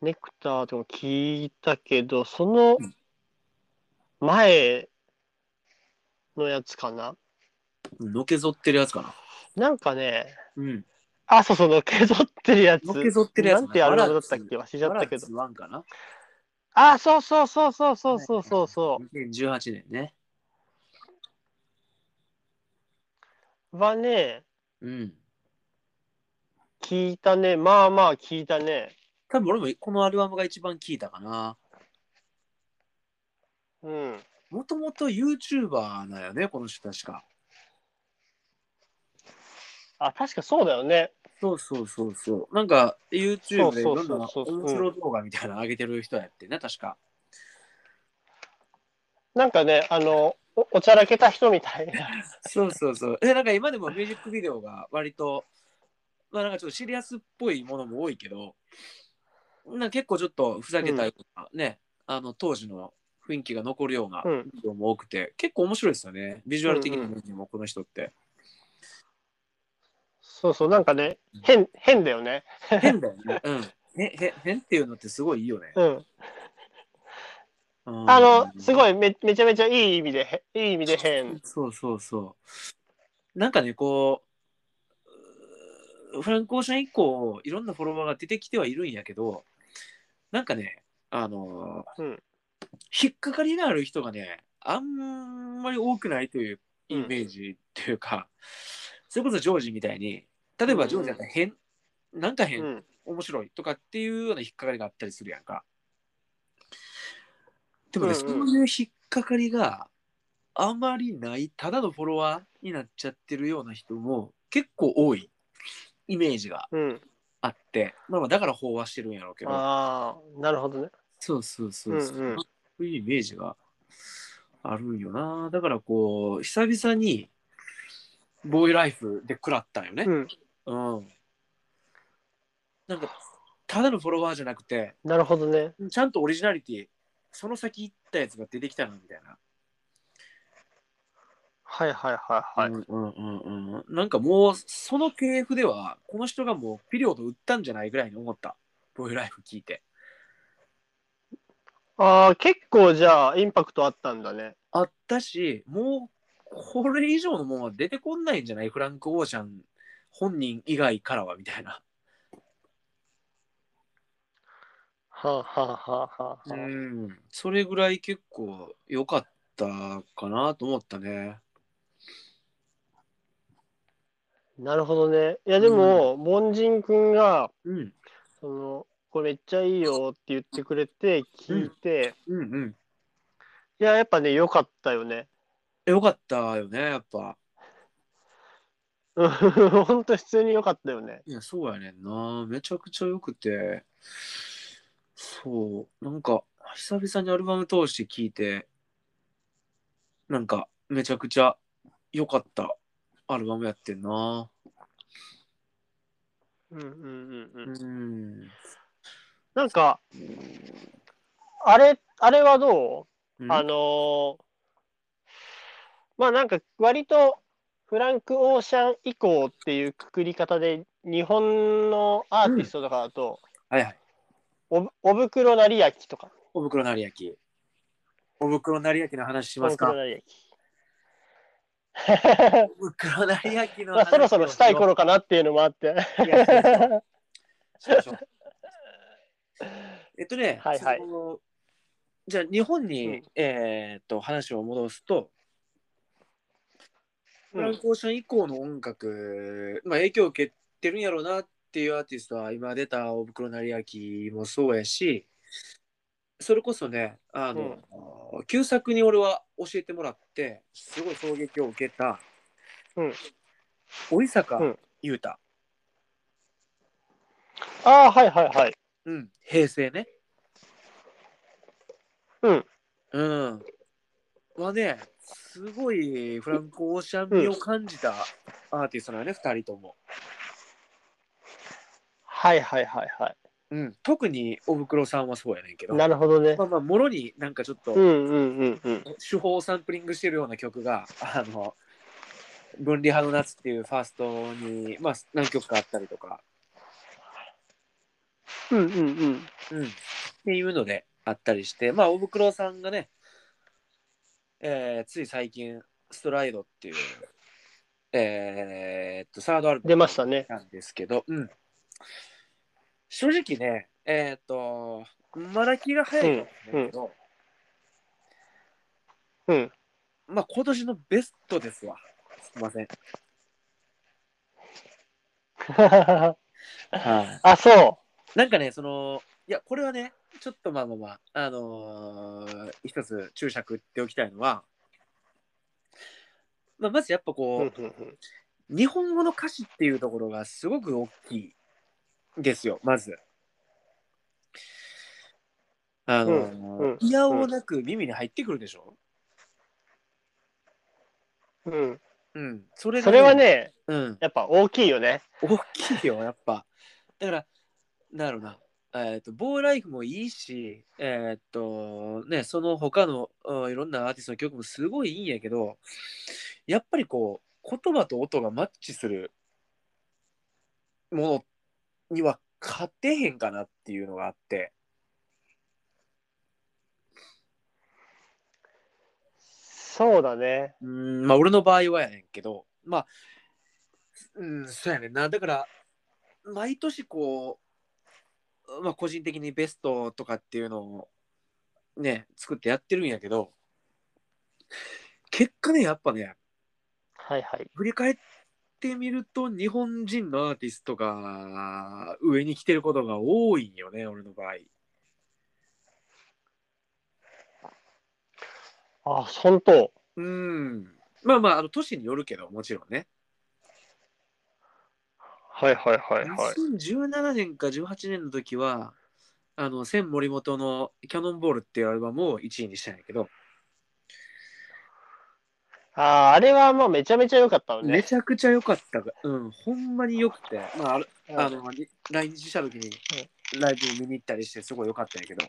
S1: ネクターとかも聞いたけど、その
S2: うん
S1: 前のやつかな。
S2: のけぞってるやつかな。
S1: なんかね、
S2: うん。
S1: あ、そうそう、のけぞってるやつ。
S2: のけぞってるやつ、
S1: なんてアルバムだったっけ忘れちゃったけど。
S2: ワンかな。
S1: あ、そうそうそうそうそうそうそうそ
S2: 2018年ね。
S1: う。はね、
S2: うん。
S1: 聞いたね。まあまあ聞いたね。
S2: 多分俺もこのアルバムが一番聴いたかな。
S1: うん。
S2: もともと YouTuber なんよね、この人確か。
S1: あ、確かそうだよね。
S2: そうそうそうそう。なんか YouTube でい
S1: そうそ
S2: ろ
S1: うん
S2: な
S1: そう
S2: 面
S1: そう
S2: 白動画みたいなの上げてる人やってね、確か。
S1: なんかね、あの、おおちゃら けた人みたいな。
S2: そうそうそう。え、なんか今でもミュージックビデオが割とまあなんかちょっとシリアスっぽいものも多いけど、なんか結構ちょっとふざけたりとか、ね、あの当時の雰囲気が残るような
S1: うん
S2: ビデオも多くて、結構面白いですよね。ビジュアル的な面にもこの人って。
S1: そうそう、なんかね、変、変だよね。
S2: 変だよね。うん。へへ変っていうのってすごいいいよね。
S1: うん。
S2: うん
S1: あの、すごいめ、めちゃめちゃいい意味で、へいい意味で変。
S2: そうそうそう。なんかね、こううー、フランク・オーシャン以降、いろんなフォロワーが出てきてはいるんやけど、なんかね、あのー
S1: うん
S2: 引っかかりがある人がね、あんまり多くないというイメージというか、それこそジョージみたいに、例えばジョージだったら変、なんか
S1: う
S2: 変、
S1: ん。
S2: 面白いとかっていうような引っかかりがあったりするやんか。でもね、
S1: うんうん
S2: そういう引っかかりがあまりない、ただのフォロワーになっちゃってるような人も結構多いイメージが
S1: うん。
S2: あって、まあまあだから飽和してるんやろうけど、
S1: ああ、なるほどね。
S2: そうそうそうそう、
S1: うんうん
S2: そういうイメージがあるんよな。だからこう、久々にボーイライフで食らったんよね。
S1: うん。
S2: うん。なんか、ただのフォロワーじゃなくて、
S1: なるほどね。
S2: ちゃんとオリジナリティ、その先行ったやつが出てきたな、みたいな。
S1: はいはいはいはい。
S2: うんうんうんうん。なんかもう、その系譜では、この人がもう、ピリオド打ったんじゃないぐらいに思った。ボーイライフ聞いて。
S1: ああ、結構じゃあ、インパクトあったんだね。
S2: あったし、もう、これ以上のもんは出てこんないんじゃないフランク・オーシャン本人以外からは、みたいな。
S1: はあ、はあはあはあ、はあ
S2: ん。それぐらい結構良かったかなと思ったね。
S1: なるほどね。いや、でも、凡人くんが、
S2: うん。
S1: その、これめっちゃいいよって言ってくれて、聞いて、
S2: うんうん。
S1: いや、やっぱね、良かったよね。
S2: よかったよね、やっぱ。
S1: うん ほんと、普通に良かったよね。
S2: いや、そうやねんな。めちゃくちゃ良くて。そう。なんか、久々にアルバム通して聴いて、なんか、めちゃくちゃ良かったアルバムやってんな。
S1: うんうんうんうん。
S2: うん。
S1: なんか、あれ、あれはどうあ
S2: あ
S1: のーまあなんか割とフランク・オーシャン以降っていうくくり方で日本のアーティストとかだと、
S2: はいはい。
S1: おぶおぶくろなりやきとか、
S2: お袋なりやき。お袋なりやきの話し
S1: お
S2: ま
S1: ぶ
S2: す
S1: くろ
S2: か
S1: なりやき。
S2: お袋なりやきの
S1: まあ
S2: 話
S1: そろそろしたい頃かなっていうのもあって。
S2: いやそうそうしましょう えっとね、
S1: はいはい
S2: そのじゃあ日本に、
S1: うん
S2: えーっと話を戻すと、
S1: う
S2: フラン
S1: ん
S2: ク・オーシャン以降の音楽、まあ、影響を受けてるんやろうなっていうアーティストは今出た「おぶくろなりやき」もそうやしそれこそねあの、旧作に俺は教えてもらってすごい衝撃を受けた、
S1: うん、
S2: 織
S1: う
S2: 坂
S1: ん
S2: 優太、
S1: ああ、はいはいはい。
S2: うん、平成ね。
S1: うん。
S2: うん。はね、すごいフランク・オーシャン味を感じたアーティストなのね、二、人とも。
S1: はいはいはいは
S2: うん。特におふくろさんはそうやねんけ
S1: い。
S2: ど。
S1: なるほどね
S2: ま。あまあ、もろになんかちょっと
S1: うんうんうんうん。
S2: 手法をサンプリングしてるような曲が、あの、分離派の夏っていうファーストに、まあ、何曲かあったりとか、
S1: うんうんうん。
S2: うん、っていうのであったりして、まあ、おぶくろさんがね、えーつい最近、ストライドっていう、えーっと、サードアルバ
S1: 出
S2: ム
S1: ましたね。
S2: なんですけど、うん、正直ね、えーっと、まだ気が早いかもしれないけど、
S1: うん。
S2: まあ、今年のベストですわ。すいません。はい。
S1: あ、そ
S2: なんかね、その、いや、これはね、ちょっとまあまあまあ、あのー一つ注釈っておきたいのは、まあ、まずやっぱ
S1: う。
S2: こ
S1: う
S2: う、
S1: んうんうん
S2: 日本語の歌詞っていうところがすごく大きいですよ、まず。あのー
S1: うんうん
S2: いやおうなく耳に入ってくるでしょ、
S1: うん。
S2: うん、それが
S1: それは、ね、
S2: うん、
S1: やっぱ大きいよね。
S2: 大きいよ、やっぱ。だから、なんだろうな、えっ、と、ボーライフもいいし、えっ、と、ね、その他のうんいろんなアーティストの曲もすごいいいんやけど、やっぱりこう、言葉と音がマッチするものには勝てへんかなっていうのがあって、
S1: そうだね。
S2: うん、まあ俺の場合はやねんけど、まあ、うん、そうやねんな。だから、毎年こう、まあ個人的にベストとかっていうのをね、作ってやってるんやけど、結果ね、やっぱね、
S1: はいはい。
S2: 振り返ってみると日本人のアーティストが上に来てることが多いんよね、俺の場合。
S1: あ、本当。
S2: うん。まあまあ、あの、都市によるけど、もちろんね。
S1: はいはいはいはい。
S2: 2017年か18年の時は、あの、千森本のキャノンボールっていうアルバムを1位にしたんやけど、
S1: ああ、あれはまあめちゃめちゃ良かったよ
S2: め
S1: ね。
S2: ちゃくちゃ良かったが。うん、ほんまに良くて、まあ、あるあの、り来日した時にライブを見に行ったりして、すごい良かったんやけど、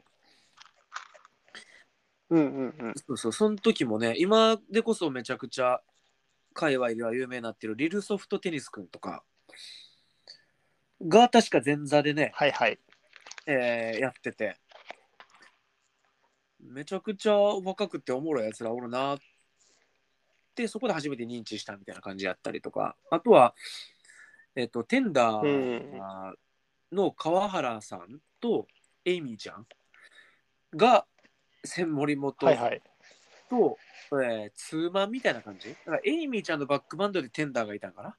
S1: うんうんうん。
S2: そうそう、その時もね、今でこそめちゃくちゃ、界隈では有名になってるリルソフトテニスくんとか、が確か前座でね、
S1: はいはい。
S2: えーやっててめちゃくちゃ若くておもろいやつらおるなってそこで初めて認知したみたいな感じやったりとかあとはえっ、とテンダーの川原さんとエイミーちゃんが千森元
S1: はいはい。
S2: と、えーツーマンみたいな感じだからエイミーちゃんのバックバンドでテンダーがいたんかな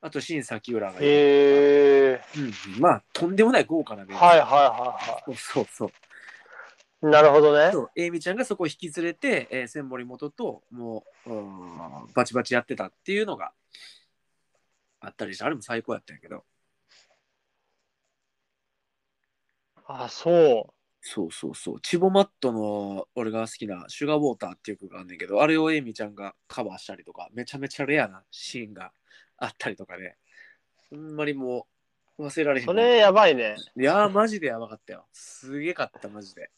S2: あと新崎浦がいて、
S1: へえ。
S2: うん、まあとんでもない豪華なメンバー
S1: はいはいはいは
S2: そうそうそう。
S1: い。なるほどね。
S2: そうエイミちゃんがそこを引き連れて、えー、千森元ともううんバチバチやってたっていうのがあったりして、あれも最高やったんやけど。
S1: あ、そう。
S2: そうそうそう。チボマットの俺が好きな「シュガーウォーター」っていう曲があんねんけど、あれをエイミちゃんがカバーしたりとか、めちゃめちゃレアなシーンがあったりとかで、ほんまにもう忘れられへん。
S1: それやばいね。
S2: いやー、マジでやばかったよ。すげえかった、マジで。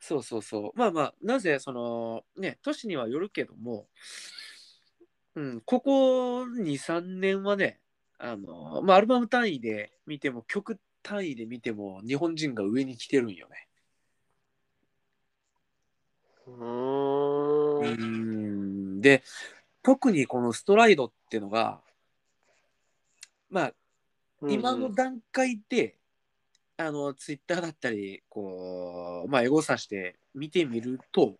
S2: そうそうそう。まあまあ、なぜ、その、ね、都市にはよるけども、うん、ここ2、3年はね、あの、まあ、アルバム単位で見ても、曲単位で見ても、日本人が上に来てるんよね。
S1: うーん。
S2: うんで特にこのストライドってのがまあ今の段階で、あのツイッターだったりこうまあエゴサして見てみると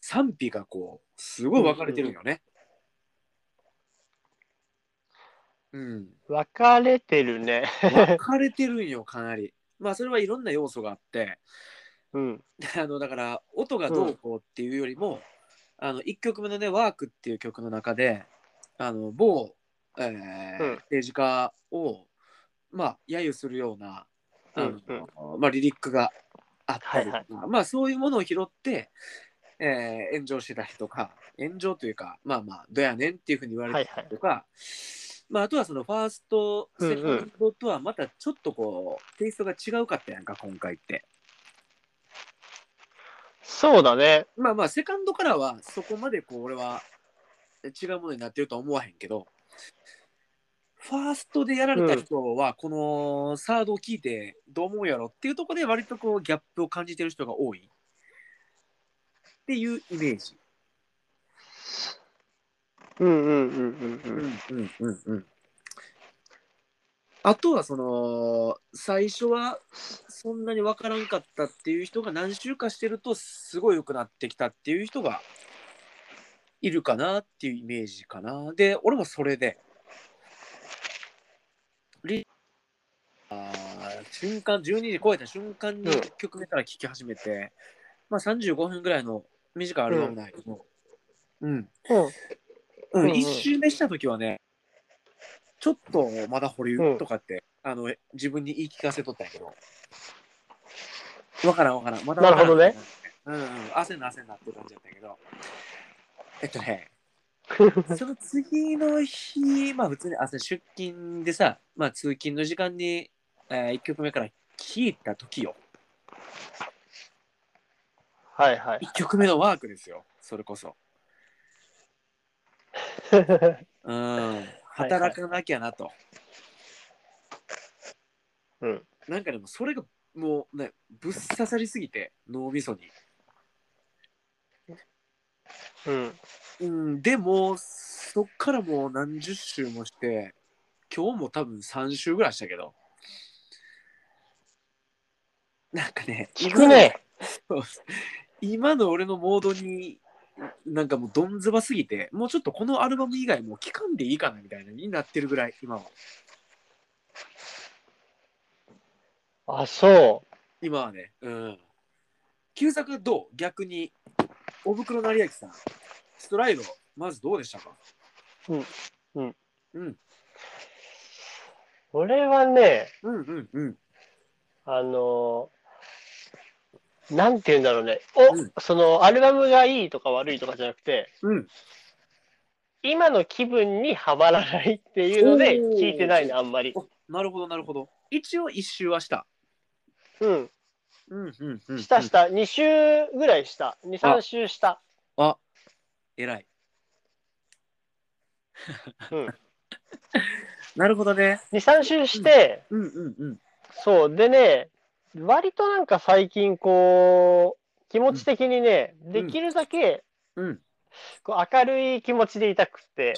S2: 賛否がこうすごい分かれてるんよね。うん、
S1: 分かれてるね。
S2: 分かれてるんよかなり。まあそれはいろんな要素があって
S1: うん。
S2: あのだから音がどうこうっていうよりも、あの1曲目のね「ワークっていう曲の中であの某、えー
S1: うん
S2: 政治家をまあ揶揄するようなあの、
S1: うん
S2: まあ、リリックがあったりとか、
S1: はい
S2: まあそういうものを拾って、えー炎上してたりとか炎上というかまあまあどやねんっていうふうに言われて
S1: はいはい。
S2: とか、まあ、あとはそのファースト、
S1: うんう
S2: セ
S1: ん
S2: カンドとはまたちょっとこう、テイストが違うかったやんか、今回って。
S1: そうだね。
S2: まあまあ、セカンドからはそこまでこう、俺はえ違うものになってるとは思わへんけど、ファーストでやられた人は、このサードを聞いてどう思うやろっていうところで、割とこう、ギャップを感じてる人が多い。っていうイメージ。
S1: うんうんうんうんうん。
S2: うんうんうんあとはその最初はそんなに分からんかったっていう人が何週かしてるとすごい良くなってきたっていう人がいるかなっていうイメージかなで俺もそれでリあー瞬間12時超えた瞬間に
S1: うん
S2: 曲目から聴き始めて、まあ35分ぐらいの短いアルバムなんやけどうんう
S1: うん
S2: ん、
S1: うん
S2: 一周目した時はね、ちょっとまだ保留とかって、あの自分に言い聞かせとったんやけど、わからんわからん、まだわからん
S1: なるほどね。
S2: うんうん、汗な汗なって感じだったけど、えっと ね、その次の日、まあ普通に朝出勤でさ、まあ通勤の時間に、え1曲目から聴いた時よ。
S1: はいはい。
S2: 1曲目のワークですよ、それこそ。うん、働かなきゃなと。
S1: うん。
S2: なんかでもそれがもうね、ぶっ刺さりすぎて、脳みそに。
S1: うん。
S2: うん、でも、そっからもう何十周もして、今日も多分3周ぐらいしたけど。なんかね、
S1: 聞くね。
S2: 今の。今の俺のモードに、なんかもうどんずばすぎて、もうちょっとこのアルバム以外もう聞かんでいいかなみたいなになってるぐらい、今は。
S1: あ、そ
S2: 今はね。うん。旧作はどう逆に、お袋成明さん、ストライド、まずどうでしたか
S1: う。うん。
S2: うん。
S1: 俺はね、
S2: うんうんうん。
S1: あのーなんて言うんだろうね。
S2: うん
S1: お、その、アルバムがいいとか悪いとかじゃなくて、
S2: うん。
S1: 今の気分にはまらないっていうので、
S2: おー
S1: 聞いてないの、あんまり。
S2: おなるほど、なるほど。一応一周はした。
S1: うん。
S2: うんうんう
S1: したした。2週ぐらいした。2、3週した。
S2: あ、偉い。
S1: うん。
S2: なるほどね。
S1: 2、3週して、
S2: うんうんうん。
S1: そう。でね、割となんか最近こう、気持ち的にね、
S2: ん
S1: できるだけ
S2: うん。
S1: こう明るい気持ちでいたく て、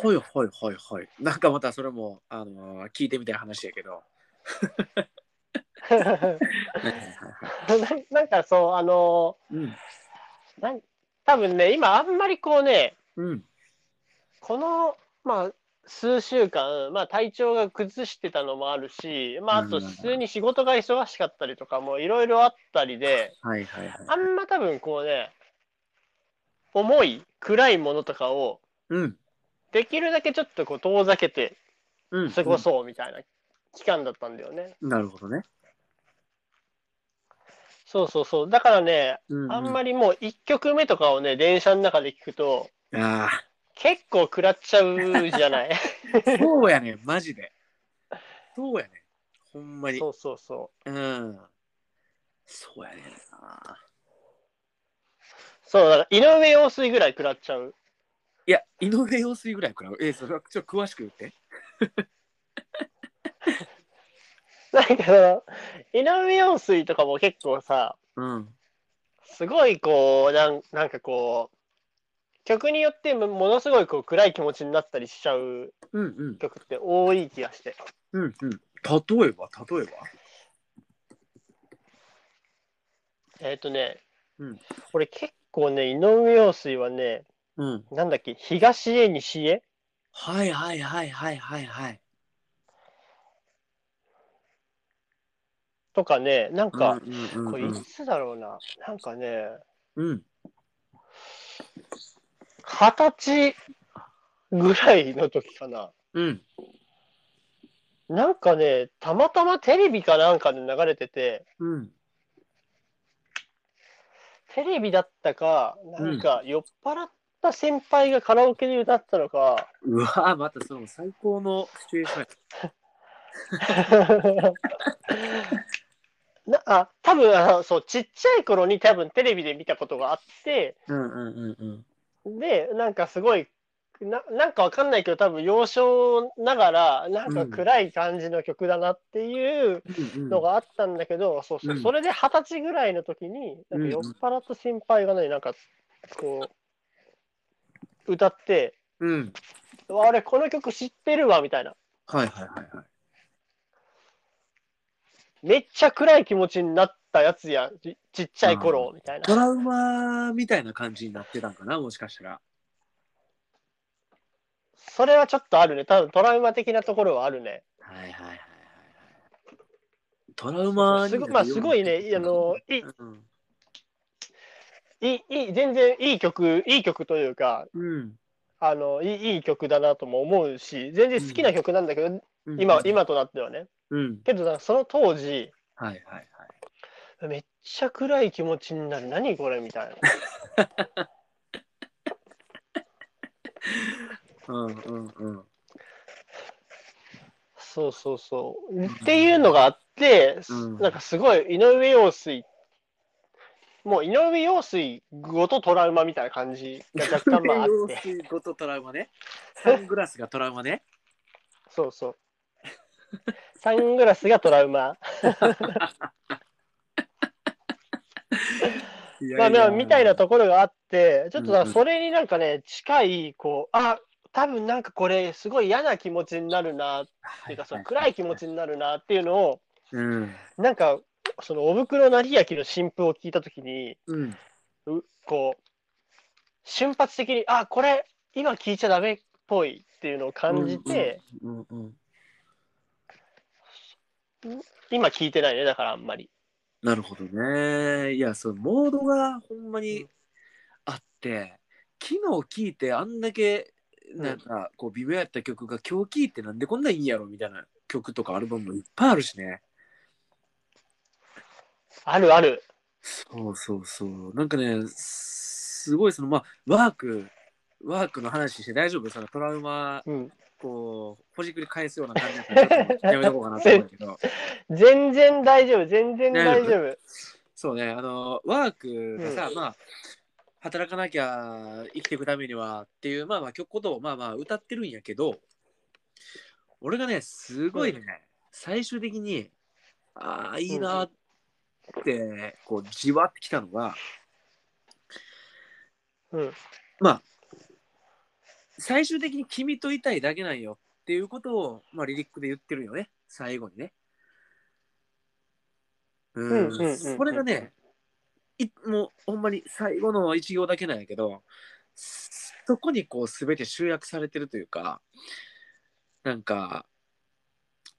S2: はいはいはいはい。なんかまたそれも、あのー聞いてみたい話やけど。
S1: ななんかそう、あの
S2: うん。
S1: ーなん、多分ね、今あんまりこうね、
S2: うん。
S1: この、まあ、数週間、まあ、体調が崩してたのもあるし、まあ、あと
S2: うん
S1: 普通に仕事が忙しかったりとかもいろいろあったりで、
S2: はいはいはい。
S1: あんま多分こうね、重い、暗いものとかを、
S2: うん。
S1: できるだけちょっとこう遠ざけて
S2: うん。
S1: 過ごそうみたいな期間だったんだよね。
S2: うん。なるほどね。
S1: そうそうそう。だからね、
S2: う
S1: あんま
S2: り。
S1: りもう1曲目とかをね、電車の中で聞くと、
S2: ああ。
S1: 結構食らっちゃうじゃない
S2: そうやね、マ ジで。そうやね。ほんまに。
S1: そうそうそ
S2: うん。そうやねんな。
S1: う。そう、だから井上陽水ぐらい食らっちゃう。
S2: いや、井上陽水ぐらい食らう。え、それはちょっと詳しく言って。
S1: なんかその、井上陽水とかも結構さ、
S2: うん。
S1: すごいこう、なんなんかこう、曲によってもものすごいこう暗い気持ちになったりしちゃう
S2: うんうん。
S1: 曲って多い気がして。
S2: うんうん。例えば、例えば。
S1: えっ、とね、
S2: うん
S1: 俺結構ね、井上陽水はね、
S2: うん。
S1: なんだっけ、東へ西へ
S2: はいはいはいはいはいはい。
S1: とかね、なんか、
S2: うんうんうん
S1: これいつだろうな、なんかね、
S2: うん。
S1: 二十歳ぐらいの時かな。
S2: うん。
S1: なんかね、たまたまテレビかなんかで流れてて、
S2: うん。
S1: テレビだったか、なんか酔っ払った先輩がカラオケで歌ったの か、
S2: うわぁ、またその最高のシチュエーションや。
S1: なあ多分あそうちっちゃい頃に多分テレビで見たことがあって
S2: うんうんうんうん。
S1: でなんかすごいななんかわかんないけど多分幼少ながらなんか暗い感じの曲だなっていう
S2: うんうん
S1: のがあったんだけど、そうそう
S2: うん
S1: それで二十歳ぐらいの時になんか酔っ払った先輩がねなんかこう歌って
S2: うん。
S1: 「あれこの曲知ってるわ」みたいな
S2: はいはいはいはい。
S1: めっちゃ暗い気持ちになったやつやちちっちゃい頃みたい
S2: ト
S1: な。
S2: ラウマみたいな感じになってたんかな、もしかしたら。
S1: それはちょっとあるね。多分トラウマ的なところはあるね。
S2: はいはいはいはいはい。トラウマ
S1: すごまあすごいね、いあの、いい
S2: うん。
S1: いい、いい、全然いい曲、いい曲というか、
S2: うん
S1: あの、いいいい曲だなとも思うし、全然好きな曲なんだけど、
S2: うん
S1: 今、今となってはね。
S2: うん。
S1: けど、その当時、
S2: はいはいはい。
S1: めっちゃ暗い気持ちになる何これみたいな
S2: うんうんうん。
S1: そうそうそう。っていうのがあって、
S2: うん
S1: なんかすごい井上陽水、もう井上陽水ごとトラウマみたいな感じが若干まああっ
S2: 様
S1: て、
S2: 子ごとトラウマね。 サングラスがトラウマね。
S1: そうそう。サングラスがトラウマ。 まあでもみたいなところがあって、ちょっとだか
S2: うんう
S1: ら
S2: ん
S1: それになんかね、近い、こう、あ多分なんかこれ、すごい嫌な気持ちになるなっていうか、その暗い気持ちになるなっていうのを、
S2: うん。
S1: なんか、そのお袋成明の新譜を聞いたときに、
S2: うん。
S1: うこう瞬発的にあこれ今聞いちゃダメっぽいっていうのを感じて、
S2: うんうん。
S1: 今聞いてないねだからあんまり
S2: なるほどね。いや、そのモードがほんまにあって、昨日聞いてあんだけ、なんかこう微妙やった曲が今日聞いてなんでこんないいんやろみたいな曲とかアルバムもいっぱいあるしね。
S1: あるある
S2: そうそうそう。なんかね、すごいそのまあワーク、ワークの話して大丈夫そのトラウマ
S1: うん
S2: こうほじくり返すような感じだからちょっとやめとこうかなと思うんだけど。
S1: 全然大丈夫全然大丈夫
S2: そうね、あの、ワークがさ、まあ、働かなきゃ生きていくためにはっていう、まあまあ、曲ことをまあまあ歌ってるんやけど、俺がね、すごいね、最終的に、ああ、いいなーって、こう、じわってきたのが、
S1: うん
S2: 最終的に君といたいだけなんよっていうことを、まあ、リリックで言ってるよね、最後にね。
S1: んうんうんう
S2: うんん、それがね、いもうほんまに最後の一行だけなんやけど、そこにこう全て集約されてるというか、なんか、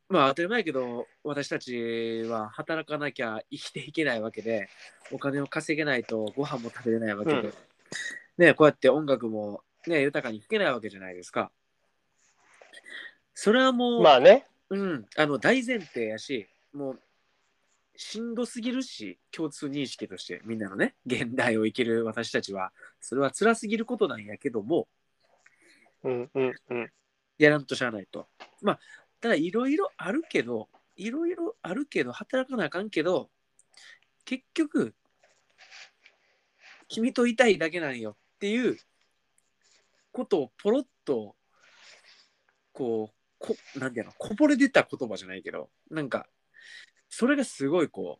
S2: まあ当たり前やけど、私たちは働かなきゃ生きていけないわけで、お金を稼げないとご飯も食べれないわけで、
S1: うん
S2: ね、こうやって音楽も、ね、豊かに聴けないわけじゃないですか。それはもう、
S1: まあね
S2: うん、あの大前提やし、もうしんどすぎるし、共通認識として、みんなのね、現代を生きる私たちは、それは辛すぎることなんやけども、
S1: うんうんうん
S2: やらんとしゃあないと。まあ、ただいろいろあるけど、いろいろあるけど、働かなあかんけど、結局、君といたいだけなんよっていうことをポロッと、こう、こなんていうの、こぼれ出た言葉じゃないけど、なんか、それがすごいこ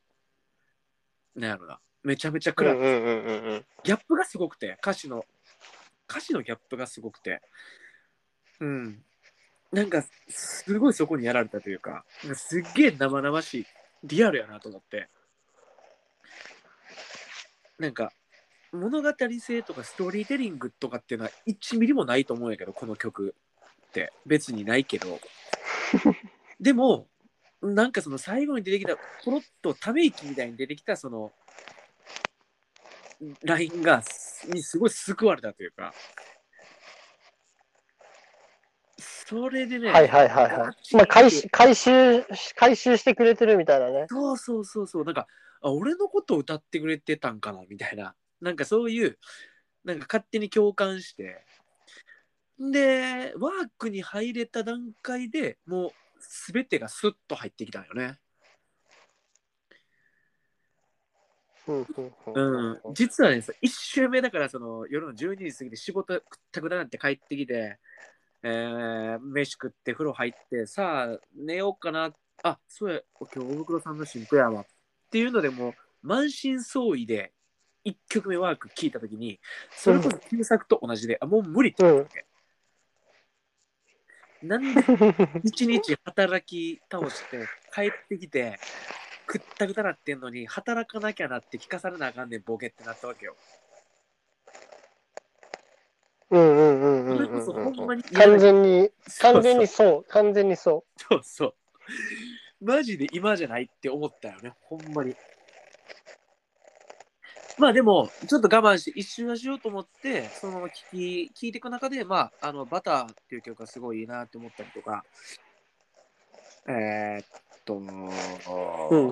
S2: う、なんやろな、めちゃめちゃ
S1: う
S2: 暗
S1: ん
S2: く
S1: うんうんうんうん
S2: ギャップがすごくて歌詞の歌詞のギャップがすごくてうんなんかすごいそこにやられたというかなんかすっげえ生々しいリアルやなと思ってなんか物語性とかストーリーテリングとかっていうのは1ミリもないと思うんやけどこの曲って別にないけ どでもなんかその最後に出てきたポロッとため息みたいに出てきたそのラインがすにすごい救われたというかそれでね、
S1: はいはいはいはい、まあ、回収回収回収してくれてるみたいなね
S2: そうそうそうそうなんかあ俺のことを歌ってくれてたんかなみたいななんかそういうなんか勝手に共感してでワークに入れた段階でもう全てがスッと入ってきたんよね、
S1: うんうん
S2: うん、実はね1周目だからその夜の12時過ぎて仕事くったくたなって帰ってきて、えー飯食って風呂入ってさあ寝ようかなあそうや今日大袋さんの新婦やわっていうのでもう満身創痍で1曲目ワーク聞いた時にそれこそ旧作と同じで、あもう無理って
S1: うん
S2: なん で一日働き倒して帰ってきてくったくたなってんのに働かなきゃなって聞かされなあかんねんボケってなったわけよ。
S1: うんうんうんうん
S2: それ
S1: う
S2: こそほ
S1: ん
S2: ん
S1: う
S2: ま
S1: ん
S2: に
S1: 完全に
S2: そう
S1: 完全にそう完全にそ
S2: そうそうマジで今じゃないって思ったよねほんまにまあでもちょっと我慢して一周はしようと思ってそのまま聞き聞いていく中でまああのバターっていう曲がすごいいいなって思ったりとかえーっと、
S1: うん。
S2: う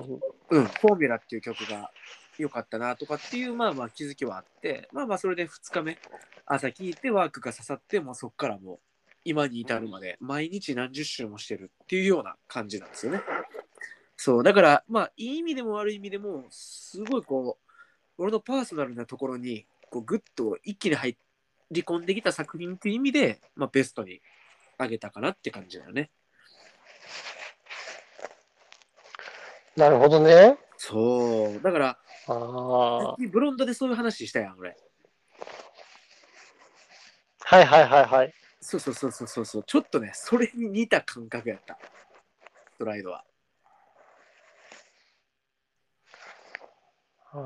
S2: ん、フォーミュラっていう曲が良かったなとかっていう、まあまあ気づきはあって、まあまあそれで2日目、朝聞いてワークが刺さって、もうそっからもう今に至るまで毎日何十周もしてるっていうような感じなんですよね。そう、だからまあいい意味でも悪い意味でも、すごいこう、俺のパーソナルなところに、こうグッと一気に入り込んできた作品っていう意味で、まあベストにあげたかなって感じだよね。
S1: なるほどね。
S2: そう、だから、
S1: ああ。
S2: ブロンドでそういう話したやん、俺。
S1: はいはいはいはい。
S2: そうそうそうそうそうそう。ちょっとね、それに似た感覚やった。ストライドは。
S1: あ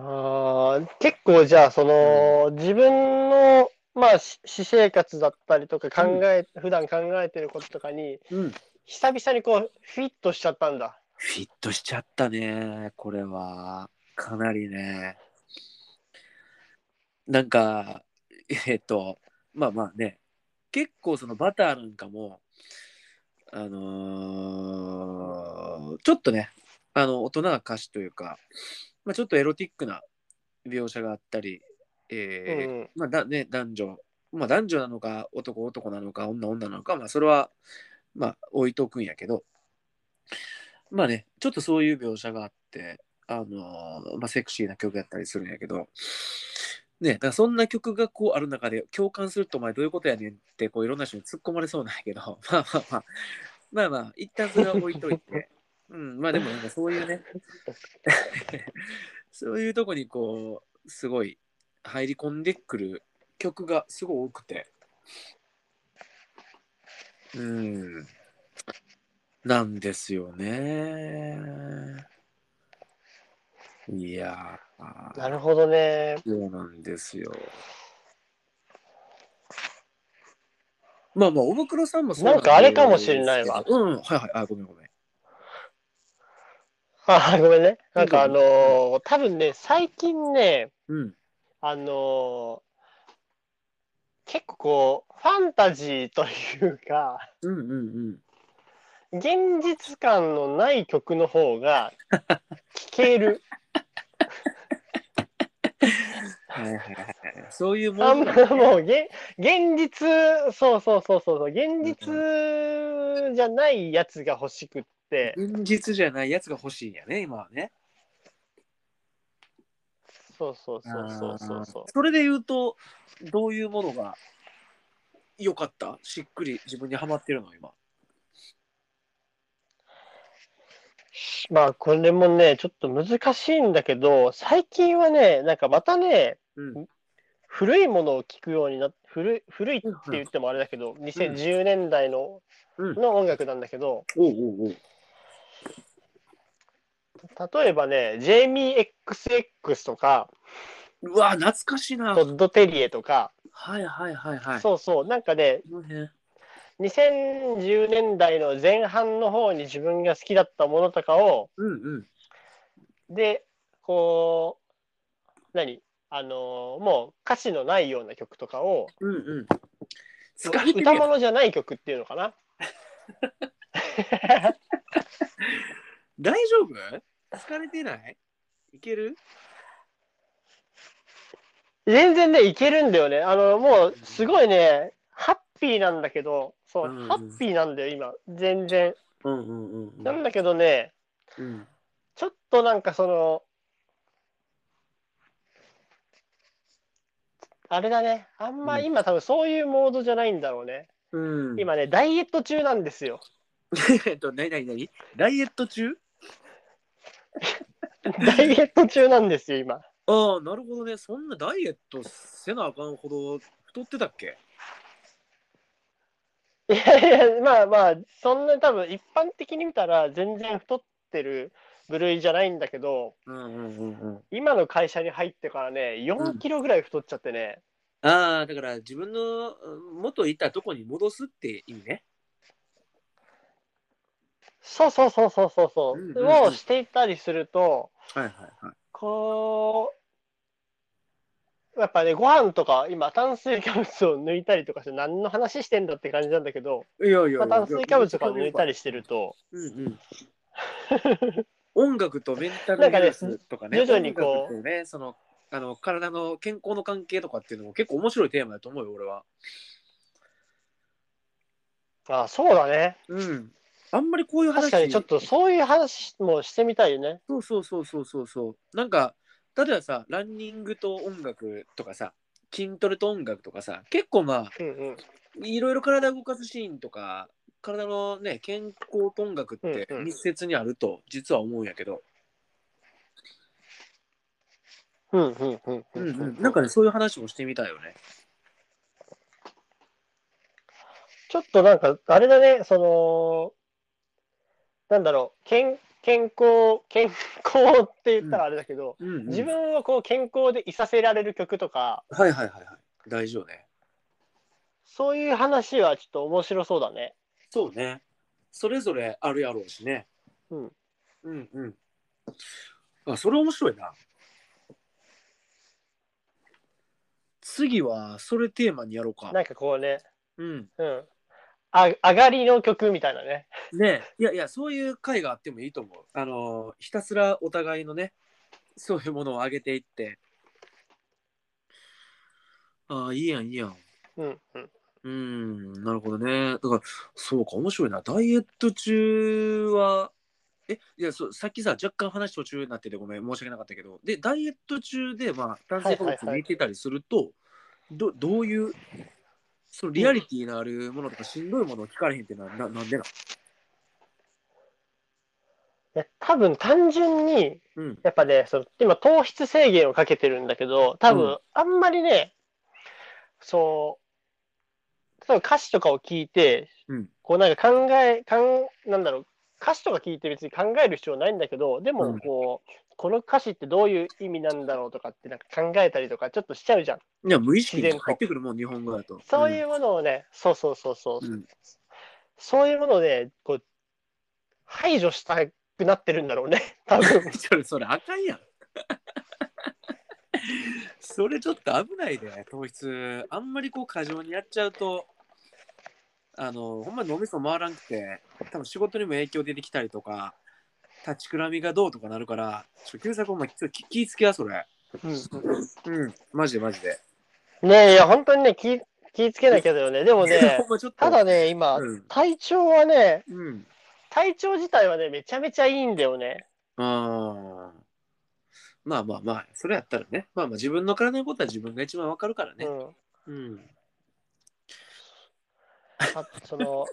S1: ー結構じゃあ、その、自分の、まあ、し私生活だったりとか考え、普段考えてることとかに、
S2: うん。
S1: 久々にこう、フィットしちゃったんだ。
S2: フィットしちゃったね、これは。かなりね。なんか、えっと、まあまあね、結構そのバターなんかも、あのーちょっとね、あの、大人な歌詞というか、まあ、ちょっとエロティックな描写があったり、
S1: う
S2: えー
S1: ん。
S2: まあだね、男女、まあ、男女なのか男男なのか女女なのか、まあ、それは、まあ、置いとくんやけどまあねちょっとそういう描写があって、あのーまあ、セクシーな曲やったりするんやけど、ね、だからそんな曲がこうある中で共感するとお前どういうことやねんってこういろんな人に突っ込まれそうなんやけど まあまあまあまあまあ一旦それは置いといて。うん、まあでもなんかそういうね そういうとこにこうすごい入り込んでくる曲がすごい多くてうんなんですよねいやー
S1: なるほどね。
S2: そうなんですよまあまあおぶくろさんもそう
S1: なんかあれかもしれないわ
S2: ですけどうんはいはいあごめんごめん
S1: あーごめんね。なんかあ
S2: うん
S1: のー多分ね、最近ね、
S2: うん
S1: あのー結構こう、ファンタジーというか、
S2: うんうん
S1: 現実感のない曲の方が聴ける。
S2: はいはいはいはいそういうも
S1: あん
S2: ん
S1: ま
S2: だ
S1: もうげ現現実、そうそうそうそうそう、現実じゃないやつが欲しくって、
S2: 現実じゃないやつが欲しいんやね、今はね。
S1: そうそうそうそうそうそう
S2: あー。それで言うと、どういうものが良かったしっくり自分にはまってるの、今。
S1: まあこれもね、ちょっと難しいんだけど、最近はね、なんかまたね、
S2: うん。
S1: 古いものを聞くようにな古い古いって言ってもあれだけど、2010年代の,、
S2: うん
S1: の音楽なんだけど、
S2: おうおうおう。
S1: 例えばね、ジェイミー XX とか、
S2: うわ、懐かしいな。
S1: ト
S2: はい
S1: ッド・テリエとか、
S2: はいはいはい。
S1: そうそう、なんかね、
S2: この辺
S1: 2010年代の前半の方に自分が好きだったものとかを、
S2: うんうん。
S1: で、こう、何あのーもう歌詞のないような曲とかを、
S2: うんうん。疲れてるや
S1: 歌
S2: ん
S1: 物じゃない曲っていうのかな
S2: 大丈夫疲れてないいける
S1: 全然ね、いけるんだよね。あの、もう、すごいね、ハッピーなんだけど、そう、
S2: うんうん
S1: ハッピーなんだよ、今、全然。
S2: うんうんうんう
S1: なん
S2: ん。
S1: だけどね、
S2: うん
S1: ちょっとなんかその、あれだね、あんま
S2: うん
S1: 今多分そういうモードじゃないんだろうね。
S2: うん、
S1: 今ね、ダイエット中なんですよ。
S2: えっと、なになになにダイエット中
S1: ダイエット中なんですよ、今。
S2: ああ、なるほどね。そんなダイエットせなあかんほど太ってたっけ
S1: いやいや、まあまあ、そんな多分一般的に見たら全然太ってる部類じゃないんだけど、
S2: うんうんうんうん。
S1: 今の会社に入ってからね、
S2: う
S1: 4
S2: ん
S1: キロぐらい太っちゃってね、
S2: ああ、だから自分のうん元いたとこに戻すって意味ね。
S1: そうそうそうそうそうそう、
S2: うんうんうん
S1: をしていたりすると、
S2: はいはいはい。
S1: こう、やっぱね、ご飯とか、今、炭水化物を抜いたりとかして、何の話してんだって感じなんだけど、
S2: いやいやいや
S1: まあ、炭水化物とかを抜いたりしてると、
S2: うんうん。音楽とメンタル
S1: なんかね
S2: ヘルスとかね、
S1: 徐々にこう
S2: 音楽とね、その、あの、体の健康の関係とかっていうのも結構面白いテーマだと思うよ、俺は。
S1: あ、そうだね。
S2: うん。あんまりこういう話
S1: 確かにちょっとそういう話もしてみたいね。
S2: そうそうそうそうそうそう。なんか、例えばさ、ランニングと音楽とかさ、筋トレと音楽とかさ、結構まあ、
S1: うんうん。
S2: いろいろ体を動かすシーンとか、体のね、健康と音楽って
S1: うんうん
S2: 密接にあると、実は思うんやけど、
S1: うんうんうん
S2: うんうん、なんかね、そういう話もしてみたいよね。
S1: ちょっとなんか、あれだね、その、なんだろう、健健康、健康って言ったらあれだけど、
S2: うん、うん。
S1: 自分をこう健康でいさせられる曲とか、
S2: はいはいはいはい。大丈夫ね。
S1: そういう話はちょっと面白そうだね。
S2: そうね。それぞれあるやろうしね。
S1: うん。
S2: うんうん。あ、それ面白いな。次は、それテーマにやろうか。
S1: なんかこうね、
S2: うん。
S1: うん。あ上がりの曲みたいなね。
S2: ねいやいや、そういう回があってもいいと思う。あのー、ひたすらお互いのね、そういうものを上げていって。ああ、いいやん、いいやん。
S1: うんうん。
S2: うーん、なるほどね。だから、そうか、面白いな。ダイエット中は、え、いや、そうさっきさ、若干話途中になってて、ごめん、申し訳なかったけど、で、ダイエット中で、まあ、炭水化物抜いてたりすると、どどういう、そのリアリティのあるものとか、しんどいものを聞かれへんっていうのは、ななんでな
S1: ね多分単純に、
S2: うん。
S1: やっぱね、その今糖質制限をかけてるんだけど、多
S2: う
S1: 分あんまりね、そう、例えば歌詞とかを聞いて、
S2: うん。
S1: こうなんか考え、かんなんだろう、歌詞とか聞いて別に考える必要ないんだけど、で
S2: うん
S1: もこう、この歌詞ってどういう意味なんだろうとかってなんか考えたりとかちょっとしちゃうじゃん。
S2: いや、無意識に入ってくるもん、日本語だと。
S1: そういううものをね、そうそうそうそう、
S2: うん
S1: そういうものをね、こう、排除したくなってるんだろうね、 多分
S2: ん。。それ、それ、あかんやん。 それちょっと危ないで、糖質。あんまりこう、過剰にやっちゃうと、あの、ほんまに脳みそ回らんくて、多分仕事にも影響出てきたりとか、立ちくらみがどうとかなるから、ちょ、旧作ほんま、ちょっと気気ぃつけや、それ。うん、マジでマジで。
S1: ねえ、いや、本当にね、気、気ぃつけなきゃだよね。でもね
S2: ほ、んまちょっと。
S1: ただね、今、
S2: うん。
S1: 体調はね、
S2: うん。
S1: 体調自体はね、めちゃめちゃいいんだよね。
S2: あーまあまあまあ、それやったらね、まあまあ自分の体のことは自分が一番わかるからね
S1: う。ん。
S2: うん。
S1: あその、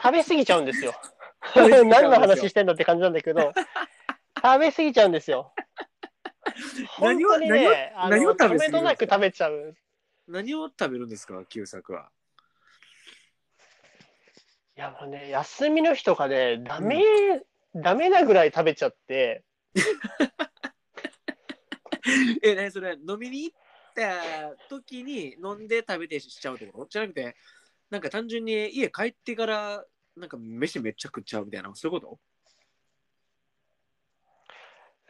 S1: 食べ過ぎちゃうんですよ。
S2: 食べ過ぎちゃう んですよ
S1: 何の話してんだって感じなんだけど、食べ過ぎちゃうんですよ。本
S2: 何を
S1: 当にね、あ
S2: 何
S1: の、
S2: を食べ過
S1: 止
S2: ぎる
S1: めどなく食べちゃう。
S2: 何を食べるんですか、旧作は。
S1: いやもうね、休みの日とかね、ダメ、ダメなぐらい食べちゃって、
S2: え、何それ、飲みに行った時に飲んで食べてしちゃうってことじゃなくて、なんか単純に家帰ってから、なんか飯めっちゃ食っちゃうみたいな、そういうこ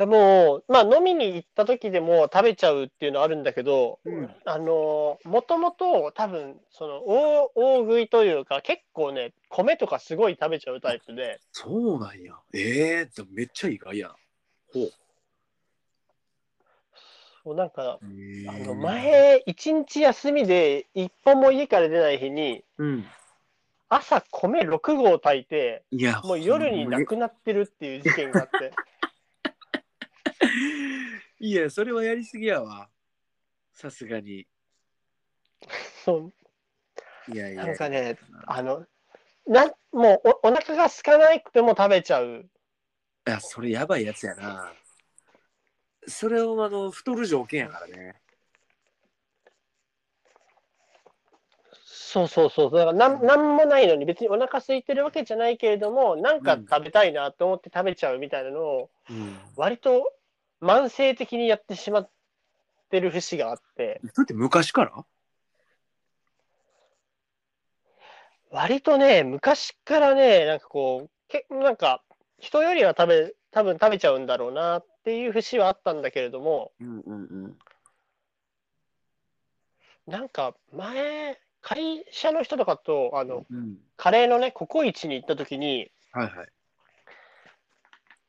S1: もう、まあ飲みに行った時でも食べちゃうっていうのはあるんだけど、
S2: とうん。
S1: あのー、もともと多分、その大、大食いというか、結構ね、米とかすごい食べちゃうタイプで、
S2: そうなんや。えー、でもめっちゃ意外やな。ほう。
S1: もうなんか、あの
S2: へー。
S1: 前、一日休みで一歩も家から出ない日に、
S2: うん。
S1: 朝米6合炊いて、
S2: いや、
S1: もう夜にな
S2: ほんま
S1: くなってるっていう事件があ って。
S2: にいや、それはやりすぎやわ。さすがに。
S1: そう
S2: いやいや。
S1: なんかね、あの、なんもうおお腹が空かなくても食べちゃう。
S2: いや、それやばいやつやな。それをあの太る条件やからね。
S1: そうそうそう。だからなんなんもないのに別にお腹空いてるわけじゃないけれども、なんか食べたいなと思って食べちゃうみたいなのを、
S2: うん。
S1: 割と慢性的にやってしまってる節があって、
S2: それって昔から
S1: 割とね、昔からね、なんかこう、けなんか人よりは食べ、多分食べちゃうんだろうなっていう節はあったんだけれども、
S2: うんうんうん。
S1: なんか前、会社の人とかと、あの、
S2: うん。
S1: カレーのね、ココイチに行った時に、
S2: はいはい。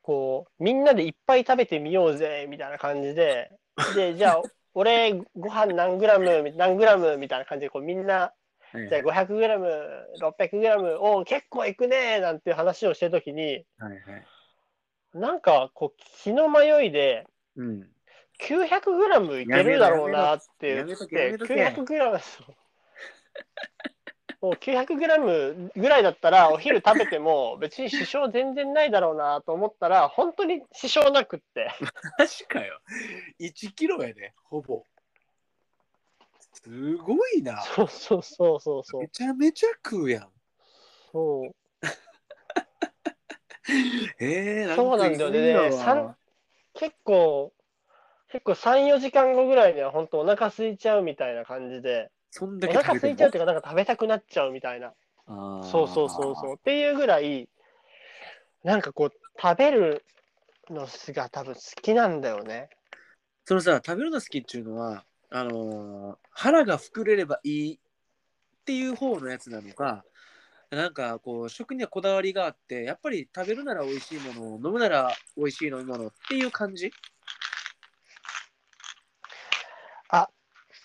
S1: こう、みんなでいっぱい食べてみようぜ、みたいな感じで、で、じゃあ、俺、ご飯何グラム、み何グラム、みたいな感じで、こう、みんな、
S2: はい
S1: じゃあ500グラム、600グラム、おう結構いくねー、なんていう話をしてるときに、
S2: はいはい。
S1: なんか、こう、気の迷いで、
S2: うん。
S1: 900グラムいけるだろうなって
S2: や
S1: 言っ
S2: めとけ
S1: て
S2: やめとけやめ
S1: 900グラムそうもう900グラムぐらいだったらお昼食べても別に支障全然ないだろうなと思ったら本当に支障なくって
S2: 確かよ。1キロやで、ほぼ。すごいな。
S1: そうそうそうそうそう
S2: めちゃめちゃ食うやん。
S1: そう
S2: えー、
S1: そうなんだよね
S2: なんかいいな
S1: さん結構結構34時間後ぐらいには本当お腹空いちゃうみたいな感じで
S2: そんだ
S1: お
S2: け
S1: 腹
S2: 食べ
S1: 空
S2: て
S1: いちゃうっ
S2: も
S1: ていうかなんか食べたくなっちゃうみたいな
S2: あー
S1: そうそうそうそう。っていうぐらい、なんかこう、食べるのが多分好きなんだよね。
S2: そのさ食べるの好きっていうのはあのー腹が膨れればいいっていう方のやつなのかなんかこう食にはこだわりがあってやっぱり食べるなら美味しいもの飲むなら美味しい飲み物っていう感じ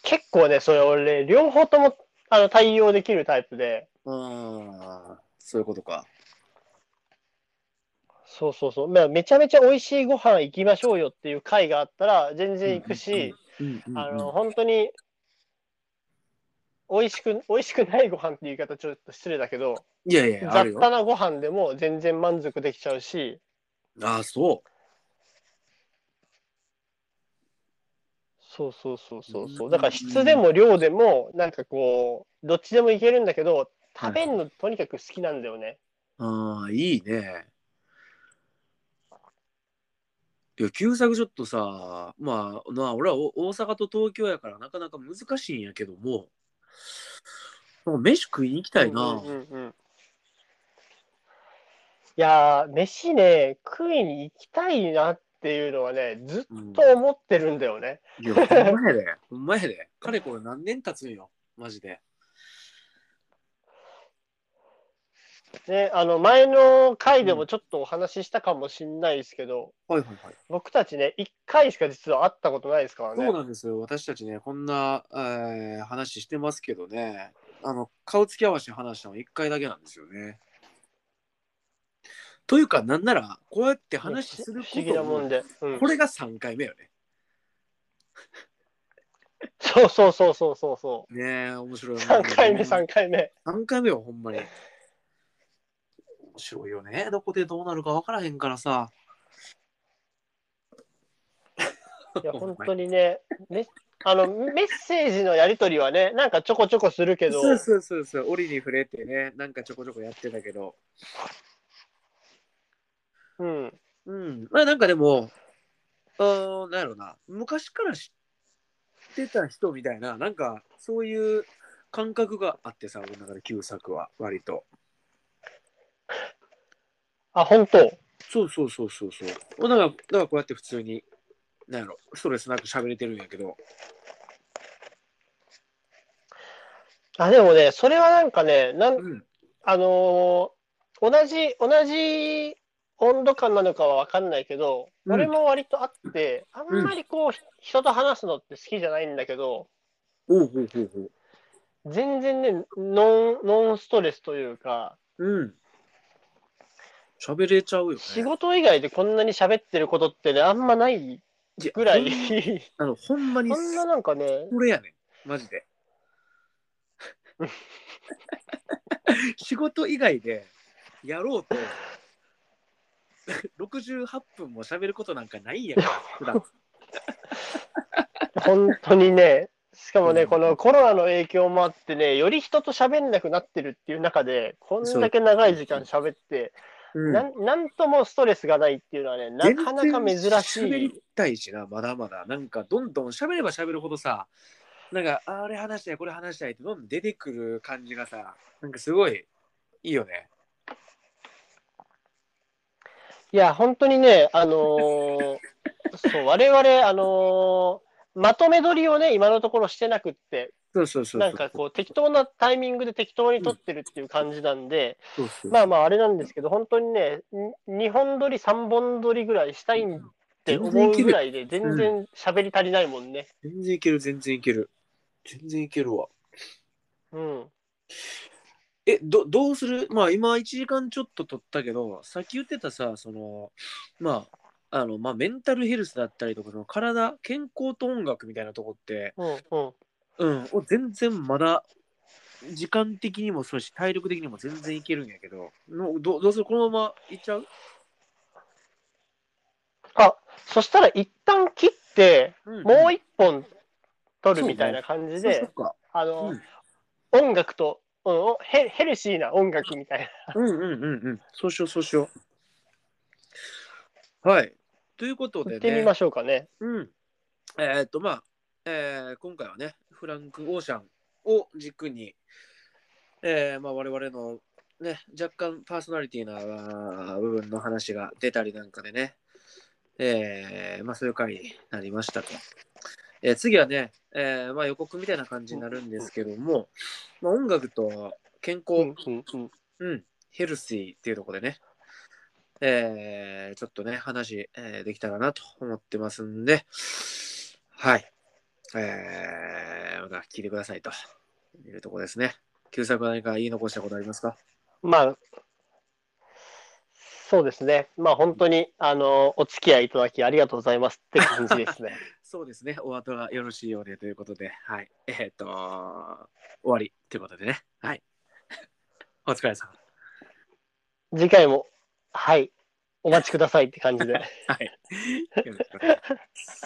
S1: 結構ね、それ俺、両方ともあの対応できるタイプで、
S2: ああそういうことか
S1: そうそうそう、まあめちゃめちゃ美味しいご飯行きましょうよっていう回があったら、全然行くし、
S2: うんうんうん
S1: あの、本当に、美味しく、美味しくないご飯っていう言い方ちょっと失礼だけど、
S2: いやいやある
S1: 雑
S2: よ
S1: 多なご飯でも全然満足できちゃうし、
S2: ああそう
S1: そうそうそうそうそうう。
S2: ん
S1: だから質でも量でも、なんかこう、どっちでもいけるんだけど、食べるのとにかく好きなんだよね。
S2: ああ、いいね。いや、旧作ちょっとさ、まあ、な俺はお大阪と東京やからなかなか難しいんやけども、もう飯食いに行きたいな。
S1: うんうんうんいやー、飯ね、食いに行きたいなっていうのはね、ずっ
S2: うん
S1: と思ってるんだよね。
S2: いや、ほんまやで。ほんまやで。かれこれ何年経つんよ、マジで。
S1: ね、あの、前の回でもちょっとお話ししたかもしんないですけど、
S2: はいはいはい。
S1: 僕たちね、1回しか実は会ったことないですからね。
S2: そうなんですよ。私たちね、こんな、えー話してますけどね、あの、顔つき合わせて話したの1回だけなんですよね。というか、なんなら、こうやって話する
S1: 不
S2: こ
S1: 思議
S2: と
S1: なもん
S2: も、
S1: で。うん
S2: これが3回目よね。
S1: そうそうそうそうそうそ。
S2: ねえ、面白いうよね。
S1: 3回目、3回目。
S2: 三回目よ、ほんまに。面白いよね。どこでどうなるか分からへんからさ。
S1: いや、
S2: ほん
S1: 本
S2: まに
S1: 当にね、めあのメッセージのやり取りはね、なんかちょこちょこするけど、
S2: そうそうそうそう、折に触れてね、なんかちょこちょこやってたけど。
S1: うん、
S2: うん、まあなんかでも、あーなんやろな、昔から知ってた人みたいな、なんかそういう感覚があってさ、俺の中で旧作は、割と。
S1: あ、本当、
S2: そうそうそうそうそう。もうだから、だからこうやって普通に、なんやろ、ストレスなく喋れてるんやけど。
S1: あでもね、それはなんかね、なん
S2: うん。
S1: あのー同じ同じ温度感なのかは分かんないけど、
S2: うん
S1: 俺も割とあって、あんまりこう、ひ人と話すのって好きじゃないんだけど、
S2: おうほうほうほう。
S1: 全然ね、ノンノンストレスというか、
S2: うん。喋れちゃうよ、ね。
S1: 仕事以外でこんなに喋ってることってね、あんまないぐらい、
S2: やほんあの、ほんまに、
S1: そんななんかね、
S2: これやねん。マジ で。仕事以外でやろうと、68分も喋ることなんかないんやから、普段。
S1: 本当にね、しかもね、
S2: うん
S1: このコロナの影響もあってね、より人と喋んなくなってるっていう中で、こんだけ長い時間喋って、
S2: うん
S1: なんなんともストレスがないっていうのはね、なかなか珍し
S2: 全然喋
S1: い
S2: り。たいしな、まだまだ。なんか、どんどん喋れば喋るほどさ、なんか、ああれ話したい、これ話したいって、どんどん出てくる感じがさ、なんかすごい、いいよね。
S1: いや、本当にね、あ のーそう、我々、あのーまとめ撮りをね、今のところしてなくって、
S2: そうそうそう。
S1: なんかこう適当なタイミングで適当に撮ってるっていう感じなんで、
S2: そうそう
S1: まあまああれなんですけど、本当にね、2本撮り、3本撮りぐらいしたいって思うぐらいで、全然喋り足りないもんね。
S2: 全然いける、全然いける。全然いけるわ。
S1: うん。
S2: え、どどうするまあ今1時間ちょっと撮ったけど、さっき言ってたさ、その、まあ、あの、まあメンタルヘルスだったりとか、その体、健康と音楽みたいなとこって、
S1: うん。うん。
S2: うん、お全然まだ、時間的にもそうし、体力的にも全然いけるんやけど、のどどうするこのままいっちゃう
S1: あ、そしたら一旦切って、
S2: うん
S1: もう一本撮るみたいな感じ
S2: そう
S1: で、
S2: か
S1: あ
S2: う
S1: の
S2: ん、
S1: 音楽と、うんおヘヘルシーな音楽みたいな。
S2: うんうんうんうん。そうしよう、そうしよう。はい。ということ
S1: 行
S2: でね。
S1: ってみましょうかね。
S2: うん。えーっと、まあ、えー今回はね、フランク・オーシャンを軸に、えーまあ、我々の、ね、若干パーソナリティなあー部分の話が出たりなんかでね、えーまあ、そういう回になりましたと。えー次はね、えーまあ、予告みたいな感じになるんですけども、まあ、音楽と健康、
S1: うんうんうん
S2: うん、ヘルシーっていうところでね、えーちょっとね、話、えーできたらなと思ってますんで、はい。えーまた聞いてくださいというところですね。旧作は何か言い残したことありますか
S1: まあ、そうですね。まあ本当に、あの、お付き合いいただきありがとうございますって感じですね。
S2: そうですね、お後がよろしいようでということで、はい。えーっと、終わりということでね、はい。 お疲れ 様。
S1: 次回も、はい、お待ちくださいって感じで。
S2: はい。よろしくお願いします